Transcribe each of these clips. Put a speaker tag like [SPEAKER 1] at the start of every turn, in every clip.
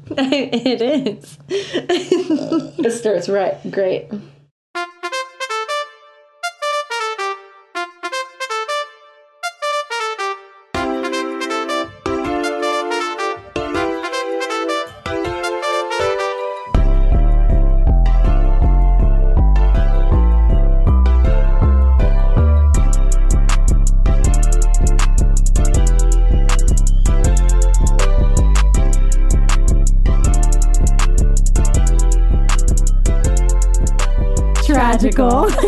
[SPEAKER 1] it is. this starts right. Great.
[SPEAKER 2] Tragical.
[SPEAKER 1] I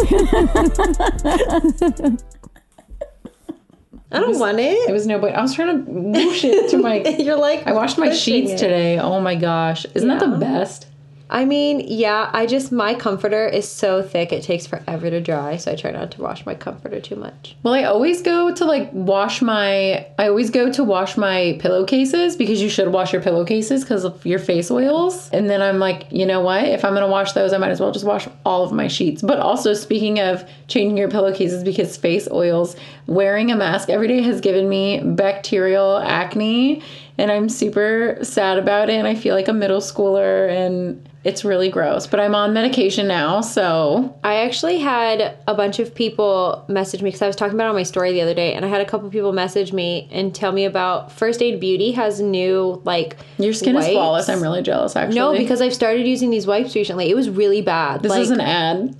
[SPEAKER 1] don't want it.
[SPEAKER 2] It was no, but I was trying to whoosh it to my.
[SPEAKER 1] You're like
[SPEAKER 2] I washed my
[SPEAKER 1] pushing
[SPEAKER 2] sheets
[SPEAKER 1] it.
[SPEAKER 2] today. Oh my gosh, isn't that the
[SPEAKER 1] Yeah.
[SPEAKER 2] best?
[SPEAKER 1] I mean, yeah, I just my comforter is so thick it takes forever to dry, so I try not to wash my comforter too much.
[SPEAKER 2] Well, I always go to like wash my. I always go to wash my pillowcases because you should wash your pillowcases because of your face oils. And then I'm like, you know what? If I'm gonna wash those, I might as well just wash all of my sheets. But also, speaking of changing your pillowcases because face oils, wearing a mask every day has given me bacterial acne, and I'm super sad about it. And I feel like a middle schooler, and it's really gross. But I'm on medication now, so
[SPEAKER 1] I actually had a bunch of people message me because I was talking about it on my story the other day, and I had a couple people message me and tell me about First Aid Beauty has new like
[SPEAKER 2] Your skin is
[SPEAKER 1] wipes.
[SPEAKER 2] flawless. I'm really jealous, actually.
[SPEAKER 1] No, because I've started using these wipes recently. It was really bad.
[SPEAKER 2] this
[SPEAKER 1] like,
[SPEAKER 2] is an ad.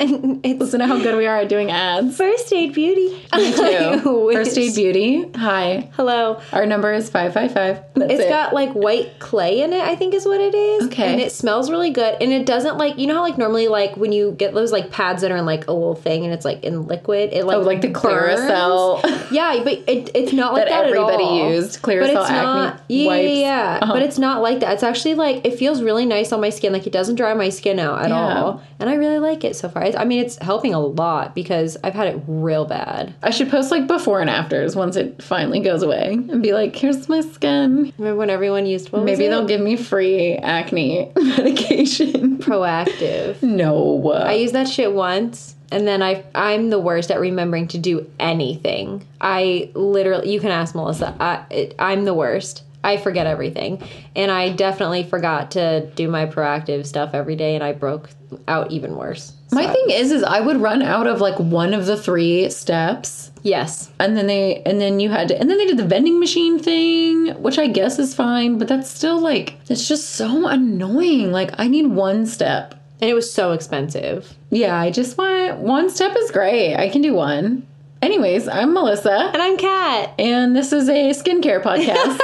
[SPEAKER 2] Listen to how good we are at doing ads.
[SPEAKER 1] First Aid Beauty. Me
[SPEAKER 2] Ew. First Aid Beauty. Hi.
[SPEAKER 1] Hello.
[SPEAKER 2] Our number is 555. That's
[SPEAKER 1] It's
[SPEAKER 2] it.
[SPEAKER 1] got like white clay in it, I think is what it is.
[SPEAKER 2] Okay.
[SPEAKER 1] And it smells really good. And it doesn't like you know how like normally like when you get those like pads that are in like a little thing and it's like in liquid, it like
[SPEAKER 2] Oh, like the
[SPEAKER 1] burns.
[SPEAKER 2] Claricel
[SPEAKER 1] Yeah, but it, it's not like
[SPEAKER 2] that
[SPEAKER 1] that, at
[SPEAKER 2] everybody
[SPEAKER 1] all.
[SPEAKER 2] used.
[SPEAKER 1] But
[SPEAKER 2] Claricel
[SPEAKER 1] it's
[SPEAKER 2] acne
[SPEAKER 1] not, yeah,
[SPEAKER 2] wipes.
[SPEAKER 1] yeah, yeah.
[SPEAKER 2] Uh-huh.
[SPEAKER 1] But it's not like that. It's actually like it feels really nice on my skin. Like it doesn't dry my skin out at
[SPEAKER 2] Yeah.
[SPEAKER 1] all, and I really like it so far. It's, I mean, it's helping a lot because I've had it real bad.
[SPEAKER 2] I should post like before and afters once it finally goes away and be like, here's my skin.
[SPEAKER 1] Remember when everyone used what was
[SPEAKER 2] Maybe
[SPEAKER 1] it?
[SPEAKER 2] they'll give me free acne medication.
[SPEAKER 1] proactive.
[SPEAKER 2] no.
[SPEAKER 1] I used that shit once and then I I'm the worst at remembering to do anything. I literally you can ask Melissa. I it, I'm the worst. I forget everything. And I definitely forgot to do my proactive stuff every day and I broke out even worse. So,
[SPEAKER 2] my thing is, is I would run out of like one of the three steps
[SPEAKER 1] yes.
[SPEAKER 2] and then they and then you had to and then they did the vending machine thing which i guess is fine but that's still like it's just so annoying like i need one step
[SPEAKER 1] And it was so expensive.
[SPEAKER 2] yeah i just want one step is great i can do one anyways i'm melissa
[SPEAKER 1] And I'm Kat.
[SPEAKER 2] and this is a skincare podcast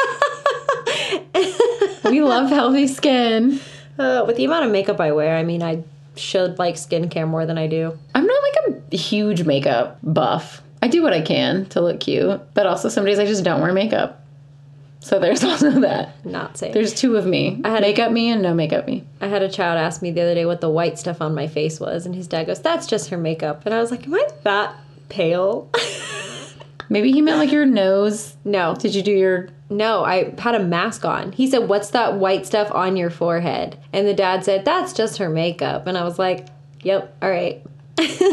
[SPEAKER 2] we love healthy skin
[SPEAKER 1] Uh, with the amount of makeup I wear, I mean I should like skincare more than I do.
[SPEAKER 2] i'm not like a huge makeup buff i do what i can to look cute but also some days i just don't wear makeup so there's also that
[SPEAKER 1] Not saying.
[SPEAKER 2] there's two of me
[SPEAKER 1] had a-
[SPEAKER 2] makeup me and no makeup me
[SPEAKER 1] I had a child ask me the other day what the white stuff on my face was, and his dad goes, "That's just her makeup." And I was like, "Am I that pale?"
[SPEAKER 2] Maybe he meant like your nose.
[SPEAKER 1] no,
[SPEAKER 2] Did you do your?
[SPEAKER 1] no, I had a mask on. He said, "What's that white stuff on your forehead?" And the dad said, "That's just her makeup." And I was like, "Yep, all right."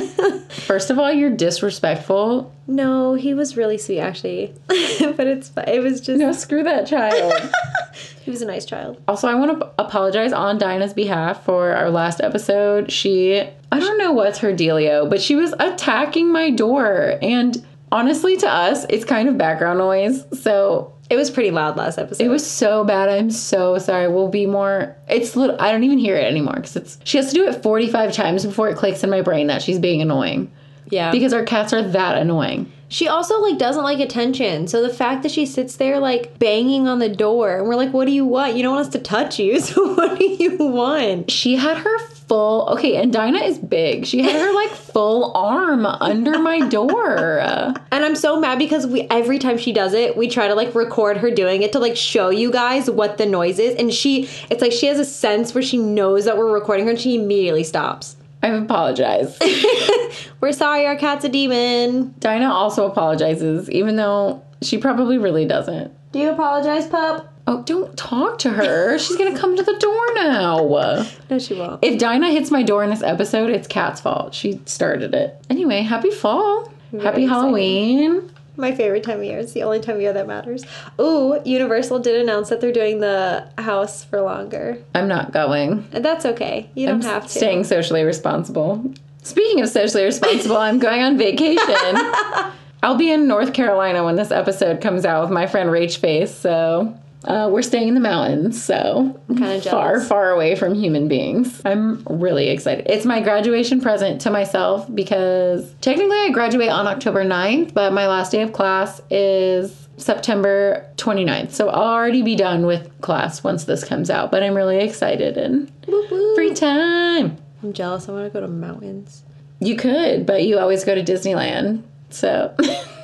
[SPEAKER 2] First of all, you're disrespectful.
[SPEAKER 1] No, he was really sweet actually, but it's fi- it was just
[SPEAKER 2] No, screw that child.
[SPEAKER 1] he was a nice child.
[SPEAKER 2] also, I want to apologize on Dinah's behalf for our last episode. She, I don't know what's her dealio, but she was attacking my door, and honestly, to us, it's kind of background noise. So
[SPEAKER 1] It was pretty loud last episode.
[SPEAKER 2] It was so bad. I'm so sorry. We'll be more. It's lit I don't even hear it anymore because it's. She has to do it 45 times before it clicks in my brain that she's being annoying
[SPEAKER 1] yeah,
[SPEAKER 2] because our cats are that annoying.
[SPEAKER 1] She also like doesn't like attention. So the fact that she sits there like banging on the door and we're like, "What do you want? You don't want us to touch you. So what do you want?"
[SPEAKER 2] she had her full okay and dinah is big she had her like full arm under my door
[SPEAKER 1] And I'm so mad because we every time she does it, we try to like record her doing it to like show you guys what the noise is. And she it's like she has a sense where she knows that we're recording her and she immediately stops.
[SPEAKER 2] i apologize
[SPEAKER 1] We're sorry, our cat's a demon.
[SPEAKER 2] dinah also apologizes even though she probably really doesn't
[SPEAKER 1] Do you apologize, pup?
[SPEAKER 2] oh don't talk to her she's gonna come to the door now
[SPEAKER 1] No, she won't.
[SPEAKER 2] if dinah hits my door in this episode it's cat's fault she started it anyway happy fall happy
[SPEAKER 1] exciting.
[SPEAKER 2] halloween
[SPEAKER 1] My favorite time of year. It's the only time of year that matters. Ooh, Universal did announce that they're doing the house for longer.
[SPEAKER 2] I'm not going.
[SPEAKER 1] And That's okay. You don't
[SPEAKER 2] I'm
[SPEAKER 1] have to.
[SPEAKER 2] Staying socially responsible. Speaking of socially responsible, I'm going on vacation. I'll be in North Carolina when this episode comes out with my friend Rach Face. So uh, we're staying in the mountains. So
[SPEAKER 1] kinda
[SPEAKER 2] far,
[SPEAKER 1] jealous.
[SPEAKER 2] far away from human beings. I'm really excited. It's my graduation present to myself because technically I graduate on October 9th, but my last day of class is September 29th. So I'll already be done with class once this comes out. But I'm really excited and
[SPEAKER 1] Woo woo.
[SPEAKER 2] free time.
[SPEAKER 1] I'm jealous. I want to go to mountains.
[SPEAKER 2] You could, but you always go to Disneyland. So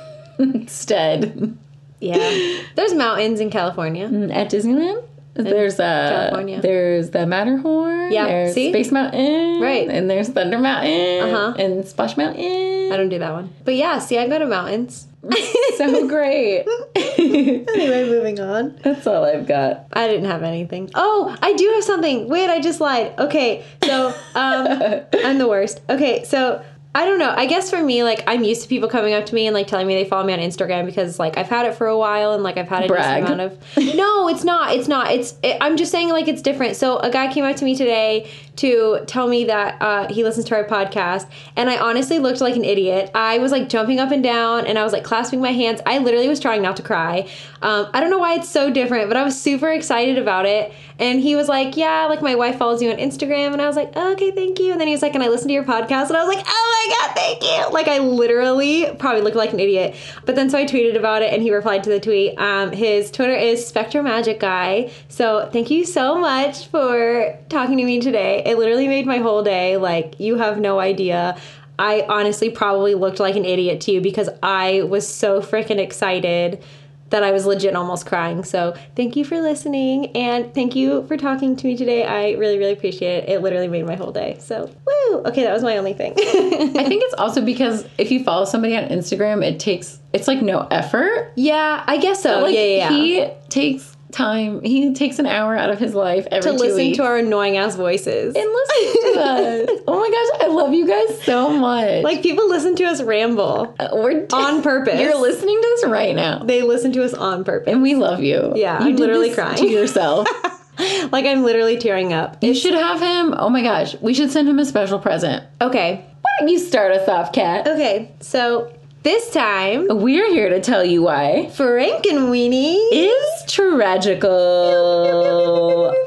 [SPEAKER 2] instead,
[SPEAKER 1] Yeah. There's mountains in California.
[SPEAKER 2] at Disneyland, there's a
[SPEAKER 1] California.
[SPEAKER 2] there's the Matterhorn.
[SPEAKER 1] Yeah,
[SPEAKER 2] there's
[SPEAKER 1] see?
[SPEAKER 2] Space Mountain.
[SPEAKER 1] Right.
[SPEAKER 2] and there's Thunder Mountain.
[SPEAKER 1] Uh-huh.
[SPEAKER 2] and Splash
[SPEAKER 1] I
[SPEAKER 2] Mountain.
[SPEAKER 1] don't do that one. But yeah, see, I go to mountains.
[SPEAKER 2] So great.
[SPEAKER 1] anyway, moving on.
[SPEAKER 2] That's all I've got.
[SPEAKER 1] I didn't have anything. Oh, I do have something. Wait, I just lied. Okay, so um, I'm the worst. Okay, so I don't know. I guess for me, like I'm used to people coming up to me and like telling me they follow me on Instagram because like I've had it for a while and like I've had a
[SPEAKER 2] Brag.
[SPEAKER 1] decent amount of. No, it's not. It's not. It's. It, I'm just saying like it's different. So a guy came up to me today to tell me that uh, he listens to our podcast, and I honestly looked like an idiot. I was like jumping up and down, and I was like clasping my hands. I literally was trying not to cry. Um, I don't know why it's so different, but I was super excited about it. And he was like, "Yeah, like my wife follows you on Instagram," and I was like, "Okay, thank you." And then he was like, "And I listen to your podcast," and I was like, "Oh my god, thank you!" Like I literally probably looked like an idiot. But then so I tweeted about it, and he replied to the tweet. Um, his Twitter is Spectre Magic Guy. So thank you so much for talking to me today. It literally made my whole day. Like you have no idea. I honestly probably looked like an idiot to you because I was so freaking excited that I was legit almost crying. So thank you for listening and thank you for talking to me today. I really, really appreciate it. It literally made my whole day. So woo! Okay, that was my only thing.
[SPEAKER 2] I think it's also because if you follow somebody on Instagram, it takes it's like no effort.
[SPEAKER 1] yeah, I guess so.
[SPEAKER 2] Like
[SPEAKER 1] yeah, yeah. yeah.
[SPEAKER 2] he takes time. He takes an hour out of his life every
[SPEAKER 1] to
[SPEAKER 2] two
[SPEAKER 1] listen
[SPEAKER 2] weeks.
[SPEAKER 1] to our annoying ass voices.
[SPEAKER 2] and listen to us. Oh my gosh, I love you guys so much. Uh,
[SPEAKER 1] like people listen to us ramble
[SPEAKER 2] we're
[SPEAKER 1] on purpose.
[SPEAKER 2] You're listening to this right now,
[SPEAKER 1] they listen to us on purpose.
[SPEAKER 2] and we love you.
[SPEAKER 1] Yeah,
[SPEAKER 2] you
[SPEAKER 1] I'm
[SPEAKER 2] did
[SPEAKER 1] literally
[SPEAKER 2] this
[SPEAKER 1] crying.
[SPEAKER 2] to yourself.
[SPEAKER 1] Like I'm literally tearing up.
[SPEAKER 2] you should have him. Oh my gosh, we should send him a special present.
[SPEAKER 1] Okay.
[SPEAKER 2] Why don't you start us off, Kat?
[SPEAKER 1] Okay. So this time
[SPEAKER 2] We're here to tell you why
[SPEAKER 1] Frankenweenie
[SPEAKER 2] is tragical.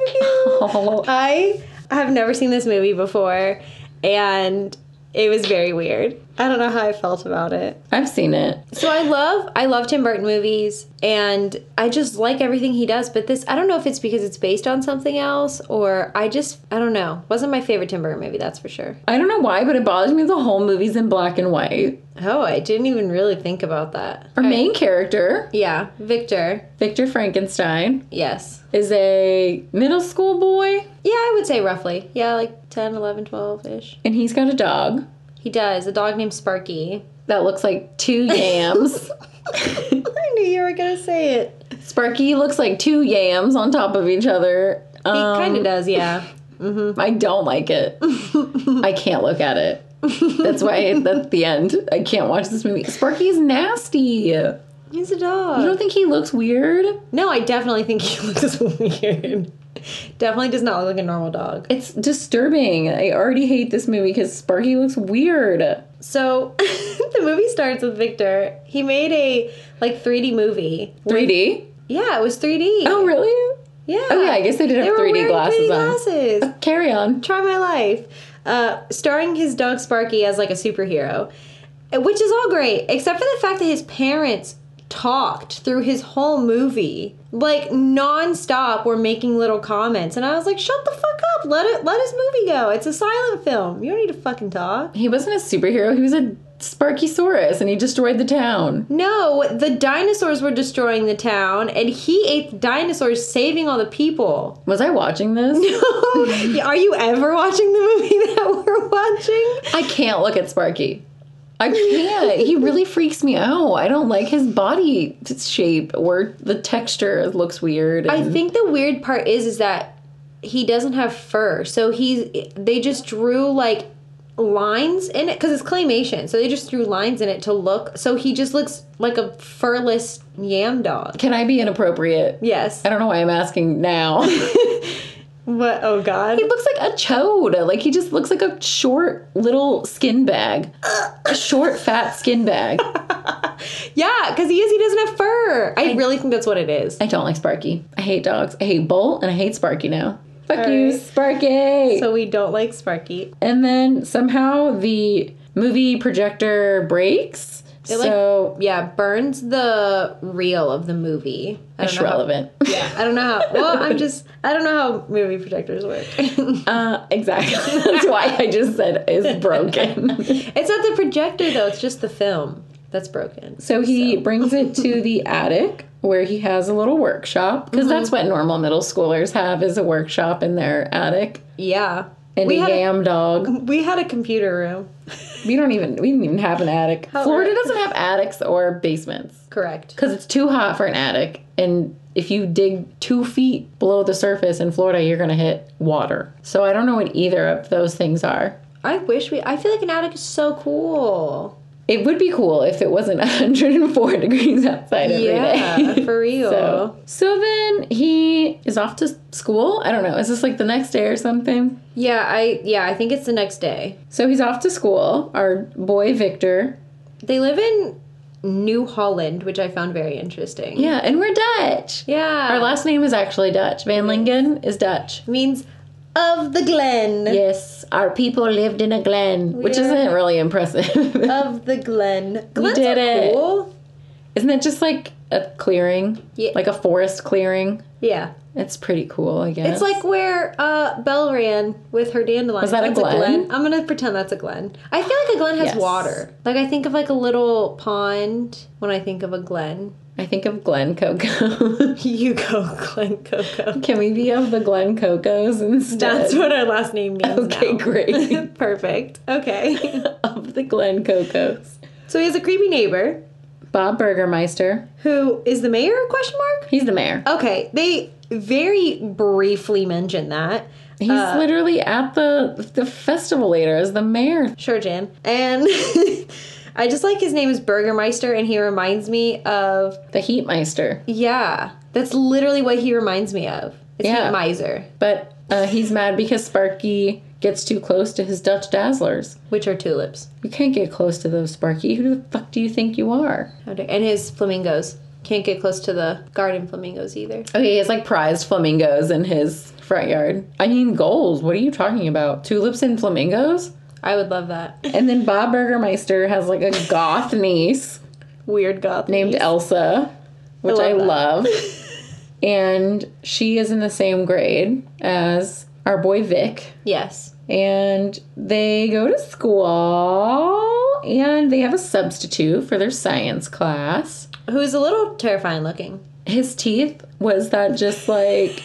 [SPEAKER 2] Oh,
[SPEAKER 1] I have never seen this movie before and it was very weird. I don't know how I felt about it.
[SPEAKER 2] I've seen it.
[SPEAKER 1] So I love I love Tim Burton movies and I just like everything he does, but this I don't know if it's because it's based on something else or I just I don't know. Wasn't my favorite Tim Burton movie, that's for sure.
[SPEAKER 2] I don't know why, but it bothers me the whole movie's in black and white.
[SPEAKER 1] Oh, I didn't even really think about that.
[SPEAKER 2] Our main character,
[SPEAKER 1] Yeah, Victor.
[SPEAKER 2] Victor Frankenstein,
[SPEAKER 1] Yes.
[SPEAKER 2] is a middle school boy,
[SPEAKER 1] Yeah, I would say roughly. Yeah, like 10, 11, 12-ish.
[SPEAKER 2] and he's got a dog.
[SPEAKER 1] He does. A dog named Sparky.
[SPEAKER 2] that looks like two yams.
[SPEAKER 1] I knew you were going to say it.
[SPEAKER 2] Sparky looks like two yams on top of each other.
[SPEAKER 1] He
[SPEAKER 2] Um,
[SPEAKER 1] kind of does, yeah.
[SPEAKER 2] I don't like it. I can't look at it. That's why that's the end. I can't watch this movie. Sparky is nasty. You
[SPEAKER 1] He's a dog.
[SPEAKER 2] don't think he looks weird?
[SPEAKER 1] No, I definitely think he looks weird. definitely does not look like a normal dog.
[SPEAKER 2] It's disturbing. I already hate this movie because Sparky looks weird.
[SPEAKER 1] So the movie starts with Victor. He made a like 3D movie.
[SPEAKER 2] 3D?
[SPEAKER 1] Yeah, it was 3D.
[SPEAKER 2] Oh, really?
[SPEAKER 1] yeah.
[SPEAKER 2] Oh, yeah, I guess they did
[SPEAKER 1] they
[SPEAKER 2] have
[SPEAKER 1] were
[SPEAKER 2] 3D
[SPEAKER 1] wearing
[SPEAKER 2] glasses
[SPEAKER 1] 3D
[SPEAKER 2] on.
[SPEAKER 1] glasses.
[SPEAKER 2] Carry on.
[SPEAKER 1] Try My Life, uh, starring his dog Sparky as like a superhero, which is all great, except for the fact that his parents talked through his whole movie, like nonstop, were making little comments, and I was like, "Shut the fuck up! Let it let his movie go. It's a silent film. You don't need to fucking talk."
[SPEAKER 2] He wasn't a superhero, he was a Sparky Saurus, and he destroyed the town.
[SPEAKER 1] No, the dinosaurs were destroying the town, and he ate the dinosaurs, saving all the people.
[SPEAKER 2] Was I watching this?
[SPEAKER 1] Are you ever watching the movie that we're watching?
[SPEAKER 2] I can't look at Sparky. I can't. he really freaks me out. I don't like his body shape or the texture looks weird.
[SPEAKER 1] I
[SPEAKER 2] and-
[SPEAKER 1] think the weird part is is that he doesn't have fur, so he's they just drew like lines in it because it's claymation, so they just threw lines in it to look. So he just looks like a furless yam dog.
[SPEAKER 2] Can I be inappropriate?
[SPEAKER 1] Yes.
[SPEAKER 2] I don't know why I'm asking now. he
[SPEAKER 1] What? Oh God.
[SPEAKER 2] looks like a chode. Like he just looks like a short little skin bag. a short fat skin bag.
[SPEAKER 1] Yeah, because he is. He doesn't have fur. I, really think that's what it is.
[SPEAKER 2] I don't like Sparky. I hate dogs. I hate Bolt and I hate Sparky now. Fuck
[SPEAKER 1] All
[SPEAKER 2] you,
[SPEAKER 1] right.
[SPEAKER 2] Sparky.
[SPEAKER 1] So we don't like Sparky.
[SPEAKER 2] and then somehow the movie projector breaks.
[SPEAKER 1] It, like,
[SPEAKER 2] so
[SPEAKER 1] Yeah, burns the reel of the movie. I don't
[SPEAKER 2] it's
[SPEAKER 1] know how-
[SPEAKER 2] relevant.
[SPEAKER 1] yeah, I don't know how. Well, I'm just. I don't know how movie projectors work. it's
[SPEAKER 2] Uh, exactly. That's why I just said is broken.
[SPEAKER 1] not the projector though. It's just the film that's broken.
[SPEAKER 2] so he brings it to the attic where he has a little workshop
[SPEAKER 1] Mm-hmm.
[SPEAKER 2] because that's what normal middle schoolers have is a workshop in their attic
[SPEAKER 1] Yeah,
[SPEAKER 2] and
[SPEAKER 1] we
[SPEAKER 2] a
[SPEAKER 1] had a,
[SPEAKER 2] yam dog.
[SPEAKER 1] we had a computer room.
[SPEAKER 2] We don't even we didn't even have an attic.
[SPEAKER 1] How-
[SPEAKER 2] Florida doesn't have attics or basements.
[SPEAKER 1] Correct.
[SPEAKER 2] because it's too hot for an attic and if you dig two feet below the surface in florida you're going to hit water so i don't know what either of those things are
[SPEAKER 1] I wish we. I feel like an attic is so cool.
[SPEAKER 2] it would be cool if it wasn't 104 degrees outside every day.
[SPEAKER 1] Yeah, for real.
[SPEAKER 2] so, so then he is off to school i don't know is this like the next day or something
[SPEAKER 1] Yeah, I. Yeah, I think it's the next day.
[SPEAKER 2] so he's off to school our boy victor
[SPEAKER 1] They live in New Holland, which I found very interesting.
[SPEAKER 2] yeah and we're dutch
[SPEAKER 1] Yeah.
[SPEAKER 2] our last name is actually dutch van lingen is dutch
[SPEAKER 1] means of the Glen.
[SPEAKER 2] Yes, our people lived in a glen, which
[SPEAKER 1] are-
[SPEAKER 2] isn't really impressive.
[SPEAKER 1] Of the Glen. Glens
[SPEAKER 2] did
[SPEAKER 1] are
[SPEAKER 2] it.
[SPEAKER 1] cool.
[SPEAKER 2] isn't it just like a clearing?
[SPEAKER 1] Yeah.
[SPEAKER 2] Like a forest clearing?
[SPEAKER 1] Yeah.
[SPEAKER 2] It's pretty cool, I guess.
[SPEAKER 1] It's like where uh, Belle ran with her dandelion.
[SPEAKER 2] Was that a
[SPEAKER 1] That's
[SPEAKER 2] glen?
[SPEAKER 1] I'm gonna pretend that's a glen. I feel like a glen has
[SPEAKER 2] Yes.
[SPEAKER 1] water. Like I think of like a little pond when I think of a glen.
[SPEAKER 2] I think of Glen Coco.
[SPEAKER 1] You go, Glen Coco.
[SPEAKER 2] Can we be of the Glen Cocos instead?
[SPEAKER 1] That's what our last name means.
[SPEAKER 2] okay,
[SPEAKER 1] now.
[SPEAKER 2] great.
[SPEAKER 1] Perfect. Okay.
[SPEAKER 2] of the Glen Cocos.
[SPEAKER 1] so he has a creepy neighbor
[SPEAKER 2] Bob Burgermeister.
[SPEAKER 1] who is the mayor? Question mark.
[SPEAKER 2] He's the mayor.
[SPEAKER 1] Okay, they very briefly mention that.
[SPEAKER 2] He's
[SPEAKER 1] Uh,
[SPEAKER 2] literally at the the festival later as the mayor.
[SPEAKER 1] Sure, Jan. And I just like his name is Burgermeister, and he reminds me of
[SPEAKER 2] The Heatmeister.
[SPEAKER 1] yeah. That's literally what he reminds me of. It's
[SPEAKER 2] Yeah.
[SPEAKER 1] yeah. Miser,
[SPEAKER 2] But uh, he's mad because Sparky gets too close to his Dutch Dazzlers.
[SPEAKER 1] which are tulips,
[SPEAKER 2] You can't get close to those, Sparky. Who the fuck do you think you are?
[SPEAKER 1] How dare- and his flamingos. Can't get close to the garden flamingos either.
[SPEAKER 2] Okay, he has like prized flamingos in his front yard. I mean, goals. What are you talking about? Tulips and flamingos?
[SPEAKER 1] I would love that.
[SPEAKER 2] And then Bob Burgermeister has like a goth niece
[SPEAKER 1] Weird goth
[SPEAKER 2] named Elsa, which I
[SPEAKER 1] I
[SPEAKER 2] love.
[SPEAKER 1] love
[SPEAKER 2] and she is in the same grade as our boy Vic.
[SPEAKER 1] Yes.
[SPEAKER 2] And they go to school and they have a substitute for their science class.
[SPEAKER 1] Who's a little terrifying looking.
[SPEAKER 2] his teeth was that just like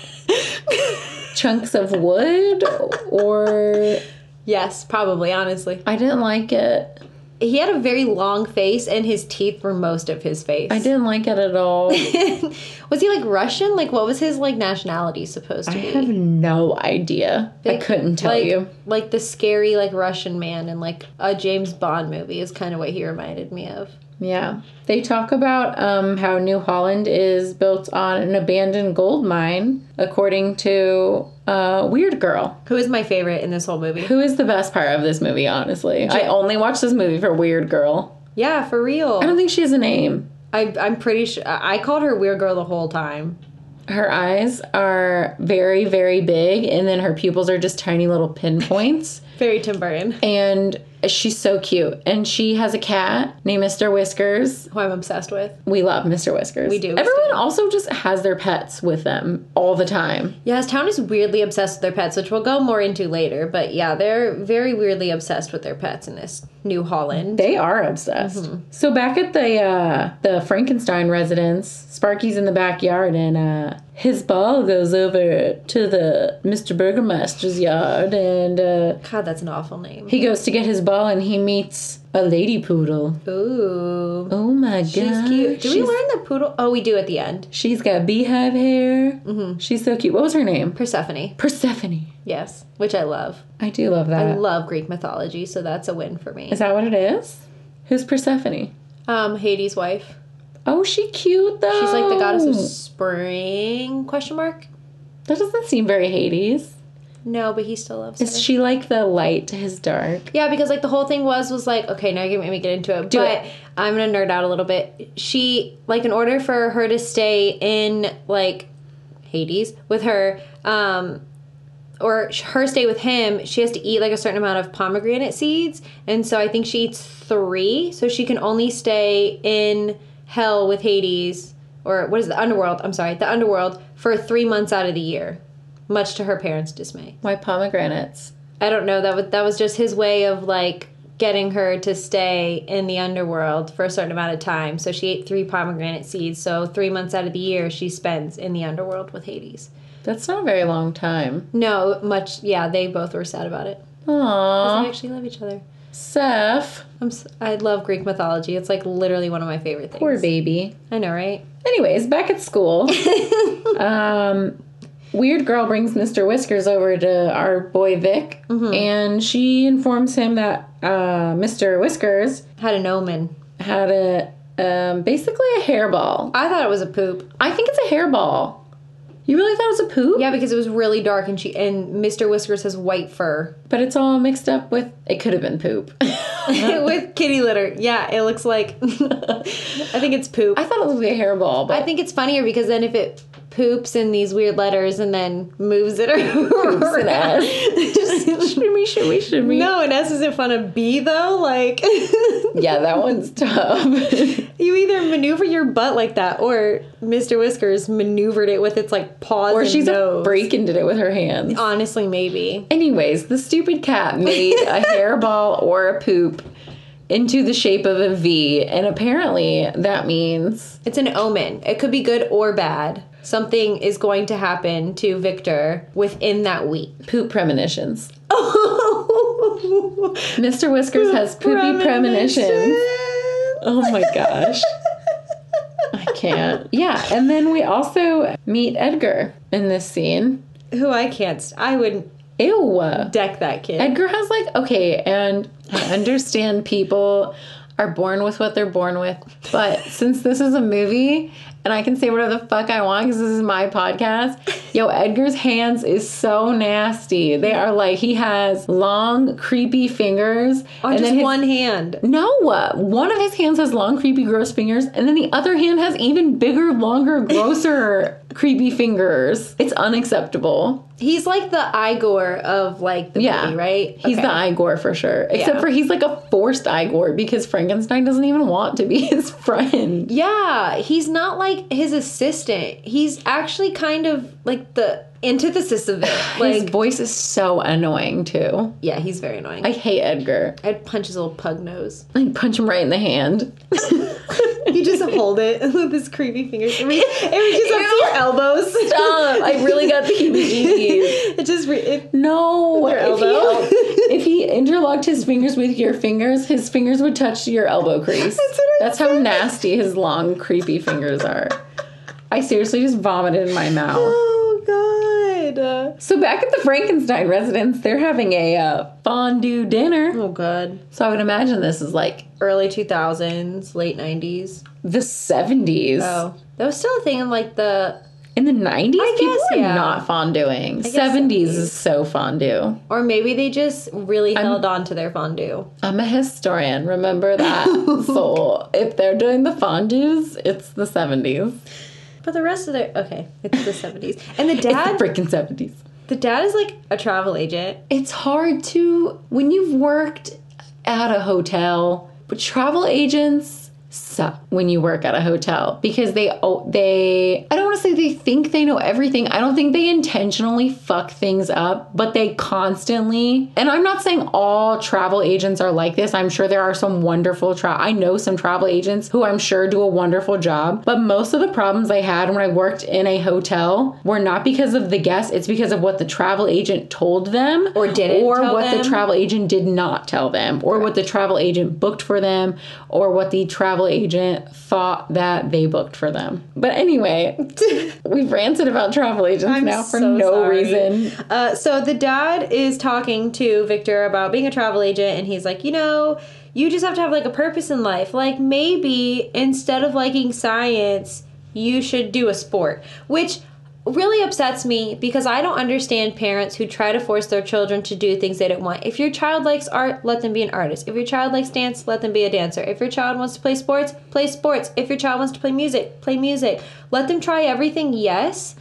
[SPEAKER 2] chunks of wood or
[SPEAKER 1] Yes, probably, honestly.
[SPEAKER 2] i didn't like it
[SPEAKER 1] He had a very long face and his teeth were most of his face.
[SPEAKER 2] i didn't like it at all
[SPEAKER 1] was he like Russian? Like what was his like nationality supposed to
[SPEAKER 2] i
[SPEAKER 1] be?
[SPEAKER 2] have no idea i couldn't tell
[SPEAKER 1] like,
[SPEAKER 2] you
[SPEAKER 1] Like the scary like Russian man in like a James Bond movie is kind of what he reminded me of.
[SPEAKER 2] yeah they talk about um, how new holland is built on an abandoned gold mine according to uh, weird girl
[SPEAKER 1] Who is my favorite in this whole movie?
[SPEAKER 2] who is the best part of this movie honestly i only watched this movie for weird girl
[SPEAKER 1] Yeah, for
[SPEAKER 2] i
[SPEAKER 1] real.
[SPEAKER 2] don't think she has a name
[SPEAKER 1] I, I'm pretty sure I called her Weird Girl the whole time.
[SPEAKER 2] Her eyes are very, very big, and then her pupils are just tiny little pinpoints.
[SPEAKER 1] Very Tim Burton,
[SPEAKER 2] and she's so cute. And she has a cat named Mr. Whiskers.
[SPEAKER 1] who I'm obsessed with.
[SPEAKER 2] We love Mr. Whiskers. We
[SPEAKER 1] do, we
[SPEAKER 2] Everyone also just has their pets with them all the time.
[SPEAKER 1] Yeah, his town is weirdly obsessed with their pets, which we'll go more into later. But yeah, they're very weirdly obsessed with their pets in this New Holland.
[SPEAKER 2] They are obsessed.
[SPEAKER 1] Mm-hmm.
[SPEAKER 2] So back at the uh, the Frankenstein residence, Sparky's in the backyard, and uh, his ball goes over to the Mr. Burgermaster's yard, and uh,
[SPEAKER 1] God, that's an awful name.
[SPEAKER 2] He goes to get his ball and he meets A lady poodle.
[SPEAKER 1] Ooh.
[SPEAKER 2] Oh my
[SPEAKER 1] Ah,
[SPEAKER 2] god.
[SPEAKER 1] She's cute. Do we
[SPEAKER 2] she's,
[SPEAKER 1] learn the poodle? Oh, we do at the end.
[SPEAKER 2] she's got beehive hair.
[SPEAKER 1] Mm-hmm.
[SPEAKER 2] She's so cute. What was her name?
[SPEAKER 1] Persephone.
[SPEAKER 2] Persephone.
[SPEAKER 1] Yes, which I love.
[SPEAKER 2] I do love
[SPEAKER 1] I
[SPEAKER 2] that.
[SPEAKER 1] love Greek mythology, so that's a win for me.
[SPEAKER 2] Is that what it is? Who's Persephone?
[SPEAKER 1] Um, Hades' wife.
[SPEAKER 2] Oh, she cute though.
[SPEAKER 1] She's like the goddess
[SPEAKER 2] Oh.
[SPEAKER 1] of spring? Question mark.
[SPEAKER 2] That doesn't seem very Hades.
[SPEAKER 1] No, but he still loves
[SPEAKER 2] Is
[SPEAKER 1] her.
[SPEAKER 2] she like the light to his dark?
[SPEAKER 1] Yeah, because like the whole thing was was like, okay, now you're gonna make me get into it.
[SPEAKER 2] Do
[SPEAKER 1] but
[SPEAKER 2] it.
[SPEAKER 1] I'm gonna nerd out a little bit. She like in order for her to stay in like Hades with her, um or sh- her stay with him, she has to eat like a certain amount of pomegranate seeds. And so I think she eats three, so she can only stay in hell with Hades or what is it, the underworld? I'm sorry, the underworld for three months out of the year, much to her parents' dismay.
[SPEAKER 2] Why pomegranates?
[SPEAKER 1] I don't know. That was that was just his way of like getting her to stay in the underworld for a certain amount of time. So she ate three pomegranate seeds. So three months out of the year, she spends in the underworld with Hades.
[SPEAKER 2] That's not a very long time.
[SPEAKER 1] No, much. Yeah, they both were sad about it. 'Cause They
[SPEAKER 2] Aww.
[SPEAKER 1] actually love each other.
[SPEAKER 2] Seth.
[SPEAKER 1] I'm. s- I love Greek mythology. It's like literally one of my favorite things.
[SPEAKER 2] Poor baby.
[SPEAKER 1] I know, right?
[SPEAKER 2] Anyways, back at school, um, Weird Girl brings Mr. Whiskers over to our boy Vic,
[SPEAKER 1] Mm-hmm.
[SPEAKER 2] and she informs him that uh, Mr. Whiskers
[SPEAKER 1] Had an omen.
[SPEAKER 2] had a um, basically a hairball.
[SPEAKER 1] I thought it was a poop.
[SPEAKER 2] I think it's a hairball. You really thought it was a poop?
[SPEAKER 1] Yeah, because it was really dark, and she and Mr. Whiskers has white fur
[SPEAKER 2] But it's all mixed up with. It could have been poop. I
[SPEAKER 1] with kitty litter. Yeah, it looks like. I think it's poop.
[SPEAKER 2] thought it looked like a hairball,
[SPEAKER 1] I
[SPEAKER 2] but
[SPEAKER 1] think it's funnier because then if it poops in these weird letters and then moves it around.
[SPEAKER 2] an S. shimmy, shimmy, shimmy.
[SPEAKER 1] no, an S isn't fun. A B though, like you
[SPEAKER 2] Yeah, that one's tough.
[SPEAKER 1] either maneuver your butt like that, or Mr. Whiskers maneuvered it with its like paws.
[SPEAKER 2] or
[SPEAKER 1] and
[SPEAKER 2] she's
[SPEAKER 1] nose.
[SPEAKER 2] a freak and did it with her hands.
[SPEAKER 1] Honestly, maybe.
[SPEAKER 2] Anyways, the stupid cat made a hairball or a poop into the shape of a V, and apparently that means
[SPEAKER 1] It's an omen. It could be good or bad. Something is going to happen to Victor within that week.
[SPEAKER 2] poop premonitions. Mr. Whiskers has poopy premonitions. Oh my gosh. I can't. Yeah, and then we also meet Edgar in this scene.
[SPEAKER 1] Who I can't. St- I would
[SPEAKER 2] Ew.
[SPEAKER 1] deck that kid.
[SPEAKER 2] Edgar has like, okay, and I understand people are born with what they're born with, but since this is a movie and I can say whatever the fuck I want because this is my podcast, yo, Edgar's hands is so nasty. They are like, he has long, creepy fingers.
[SPEAKER 1] on Oh,
[SPEAKER 2] and
[SPEAKER 1] just
[SPEAKER 2] then his-
[SPEAKER 1] one hand.
[SPEAKER 2] No, one of his hands has long, creepy, gross fingers, and then the other hand has even bigger, longer, grosser, creepy fingers. It's unacceptable.
[SPEAKER 1] He's like the Igor of like the
[SPEAKER 2] Yeah.
[SPEAKER 1] movie, right?
[SPEAKER 2] He's
[SPEAKER 1] Okay.
[SPEAKER 2] the Igor for sure. Except
[SPEAKER 1] Yeah.
[SPEAKER 2] for he's like a forced Igor because Frankenstein doesn't even want to be his friend.
[SPEAKER 1] yeah. He's not like his assistant. He's actually kind of like the antithesis of it.
[SPEAKER 2] his
[SPEAKER 1] Like,
[SPEAKER 2] voice is so annoying too.
[SPEAKER 1] yeah, he's very annoying.
[SPEAKER 2] I
[SPEAKER 1] I,
[SPEAKER 2] hate Edgar.
[SPEAKER 1] would punch his little pug nose.
[SPEAKER 2] I'd punch him right in the hand.
[SPEAKER 1] You just hold it with his creepy fingers. It reaches, it reaches up to your elbows.
[SPEAKER 2] Stop! I really got the heebie-jeebies.
[SPEAKER 1] it just re- it,
[SPEAKER 2] No,
[SPEAKER 1] your
[SPEAKER 2] if he,
[SPEAKER 1] elbow?
[SPEAKER 2] el- if he interlocked his fingers with your fingers, his fingers would touch your elbow crease.
[SPEAKER 1] That's what I
[SPEAKER 2] That's how nasty his long, creepy fingers are. I seriously just vomited in my mouth.
[SPEAKER 1] oh god.
[SPEAKER 2] So back at the Frankenstein residence, they're having a uh, fondue dinner.
[SPEAKER 1] Oh god.
[SPEAKER 2] So I would imagine this is like
[SPEAKER 1] Early two thousands, late nineties.
[SPEAKER 2] the 70s.
[SPEAKER 1] Oh, that was still a thing in like the
[SPEAKER 2] In the 90s, people
[SPEAKER 1] guess,
[SPEAKER 2] are
[SPEAKER 1] yeah.
[SPEAKER 2] not fondueing. 70s is so fondue.
[SPEAKER 1] Or maybe they just really held on to their fondue.
[SPEAKER 2] I'm a historian, remember that. so if they're doing the fondues, it's the 70s.
[SPEAKER 1] But the rest of their okay, it's the seventies. And the
[SPEAKER 2] The
[SPEAKER 1] dad
[SPEAKER 2] freaking 70s.
[SPEAKER 1] the dad is like a travel agent.
[SPEAKER 2] It's hard to, when you've worked at a hotel, but travel agents, suck when you work at a hotel because they oh, they I don't want to say they think they know everything. I don't think they intentionally fuck things up, but they constantly. And I'm not saying all travel agents are like this. I'm sure there are some wonderful travel. I know some travel agents who I'm sure do a wonderful job, but most of the problems I had when I worked in a hotel were not because of the guests. It's because of what the travel agent told them
[SPEAKER 1] Or didn't
[SPEAKER 2] or
[SPEAKER 1] tell
[SPEAKER 2] what the
[SPEAKER 1] them.
[SPEAKER 2] travel travel agent did not tell them, or what the travel agent booked for them, or what the travel agent thought that they booked for them. But anyway, we've ranted about travel agents now for
[SPEAKER 1] so
[SPEAKER 2] no
[SPEAKER 1] sorry.
[SPEAKER 2] reason.
[SPEAKER 1] Uh, so the dad is talking to Victor about being a travel agent, and he's like, you know, you just have to have like a purpose in life. Like maybe instead of liking science, you should do a sport, which really upsets me because I don't understand parents who try to force their children to do things they don't want. If your child likes art, let them be an artist. If your child likes dance, let them be a dancer. If your child wants to play sports, play sports. If your child wants to play music, play music. Let them try everything, yes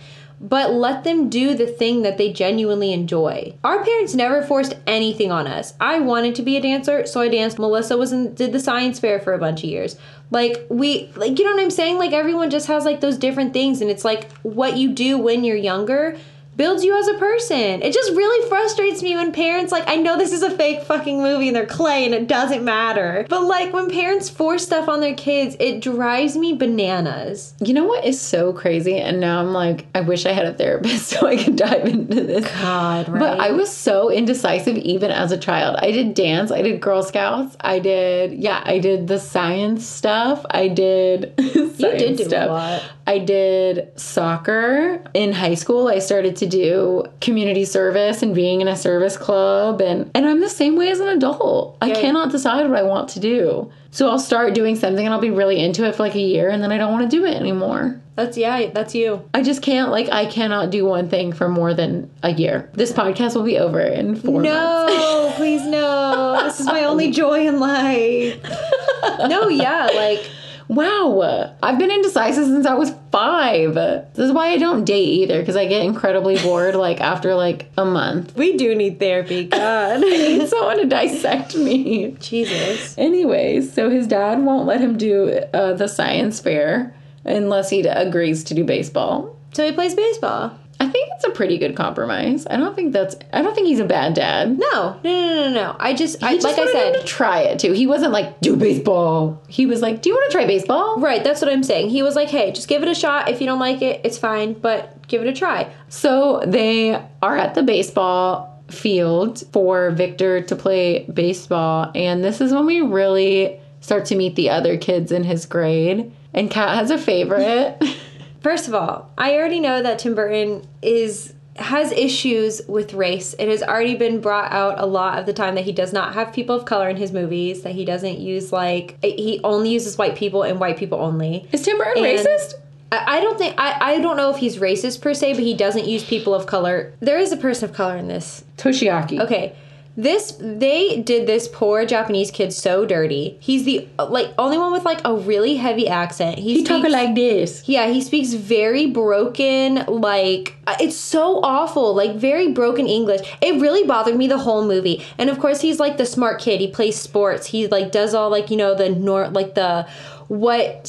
[SPEAKER 1] but let them do the thing that they genuinely enjoy. Our parents never forced anything on us. I wanted to be a dancer, so I danced. Melissa was in did the science fair for a bunch of years. Like we like you know what I'm saying? Like everyone just has like those different things and it's like what you do when you're younger builds you as a person. It just really frustrates me when parents like I know this is a fake fucking movie and they're clay and it doesn't matter. But like when parents force stuff on their kids, it drives me bananas.
[SPEAKER 2] You know what is so crazy? And now I'm like, I wish I had a therapist so I could dive into this.
[SPEAKER 1] God, right?
[SPEAKER 2] But I was so indecisive even as a child. I did dance, I did Girl Scouts, I did, yeah, I did the science stuff, I did. science
[SPEAKER 1] did do a
[SPEAKER 2] stuff.
[SPEAKER 1] lot.
[SPEAKER 2] I did soccer in high school. I started to do community service and being in a service club, and and I'm the same way as an adult. I cannot decide what I want to do. So I'll start doing something and I'll be really into it for like a year, and then I don't want to do it anymore.
[SPEAKER 1] that's yeah, that's you.
[SPEAKER 2] I just can't like I cannot do one thing for more than a year. This podcast will be over in four months.
[SPEAKER 1] No, please no. This is my only joy in life. No, yeah, like
[SPEAKER 2] Wow. I've been indecisive since I was five. This is why I don't date either, because I get incredibly bored like after like a month.
[SPEAKER 1] we do need therapy. God,
[SPEAKER 2] Need someone to dissect me.
[SPEAKER 1] Jesus.
[SPEAKER 2] Anyways, so his dad won't let him do uh, the science fair unless he agrees to do baseball.
[SPEAKER 1] So he plays baseball.
[SPEAKER 2] I think it's a pretty good compromise. I don't think that's. I don't think he's a bad dad.
[SPEAKER 1] No, no, no, no, no. I just, I,
[SPEAKER 2] He just
[SPEAKER 1] like I
[SPEAKER 2] wanted him
[SPEAKER 1] said,
[SPEAKER 2] to try it too. He wasn't like do baseball. He was like, do you want to try baseball?
[SPEAKER 1] right. That's what I'm saying. He was like, hey, just give it a shot. If you don't like it, it's fine, but give it a try.
[SPEAKER 2] So they are at the baseball field for Victor to play baseball. And this is when we really start to meet the other kids in his grade. And Kat has a favorite.
[SPEAKER 1] First of all, I already know that Tim Burton is has issues with race. It has already been brought out a lot of the time that he does not have people of color in his movies, that he doesn't use like he only uses white people and white people only.
[SPEAKER 2] is Tim Burton
[SPEAKER 1] And-
[SPEAKER 2] racist?
[SPEAKER 1] I I don't think I, I don't know if he's racist per se, but he doesn't use people of color. There is a person of color in this.
[SPEAKER 2] Toshiaki.
[SPEAKER 1] Okay. This they did this poor Japanese kid so dirty. He's the like only one with like a really heavy accent.
[SPEAKER 2] He
[SPEAKER 1] speaks-
[SPEAKER 2] talking like this.
[SPEAKER 1] yeah, he speaks very broken, like, uh, it's so awful, like, very broken English. It really bothered me the whole movie. And of course, he's like the smart kid. He plays sports. He, like, does all, like, you know, the nor, like, the what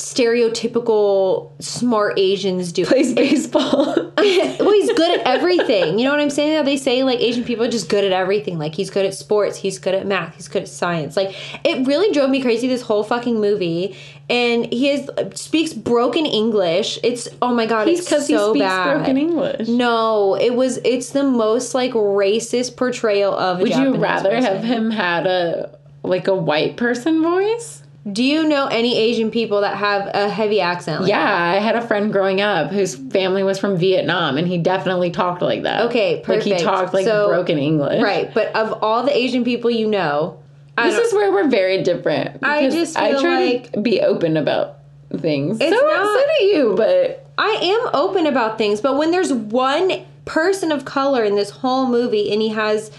[SPEAKER 1] stereotypical smart Asians do.
[SPEAKER 2] Plays baseball.
[SPEAKER 1] well, he's good at everything. You know what I'm saying? How they say like Asian people are just good at everything. Like he's good at sports, he's good at math, he's good at science. Like it really drove me crazy this whole fucking movie. And he is speaks broken English. It's oh my god, it's
[SPEAKER 2] Because he
[SPEAKER 1] so
[SPEAKER 2] speaks
[SPEAKER 1] bad.
[SPEAKER 2] broken English.
[SPEAKER 1] No, it was it's the most like racist portrayal of. A
[SPEAKER 2] Would you
[SPEAKER 1] Japanese
[SPEAKER 2] rather have
[SPEAKER 1] person.
[SPEAKER 2] him had a like a white person voice?
[SPEAKER 1] Do you know any Asian people that have a heavy accent? Like
[SPEAKER 2] Yeah, I had a friend growing up whose family was from Vietnam, and he definitely talked like that.
[SPEAKER 1] Okay,
[SPEAKER 2] Like
[SPEAKER 1] perfect.
[SPEAKER 2] he talked like
[SPEAKER 1] So-
[SPEAKER 2] broken English.
[SPEAKER 1] Right, but of all the Asian people you know, I
[SPEAKER 2] This
[SPEAKER 1] don't-
[SPEAKER 2] is where we're very different.
[SPEAKER 1] I
[SPEAKER 2] because
[SPEAKER 1] just
[SPEAKER 2] I
[SPEAKER 1] feel
[SPEAKER 2] try to be open about things.
[SPEAKER 1] It's
[SPEAKER 2] so
[SPEAKER 1] not-
[SPEAKER 2] upset at you, but
[SPEAKER 1] I am open about things, but when there's one person of color in this whole movie and he has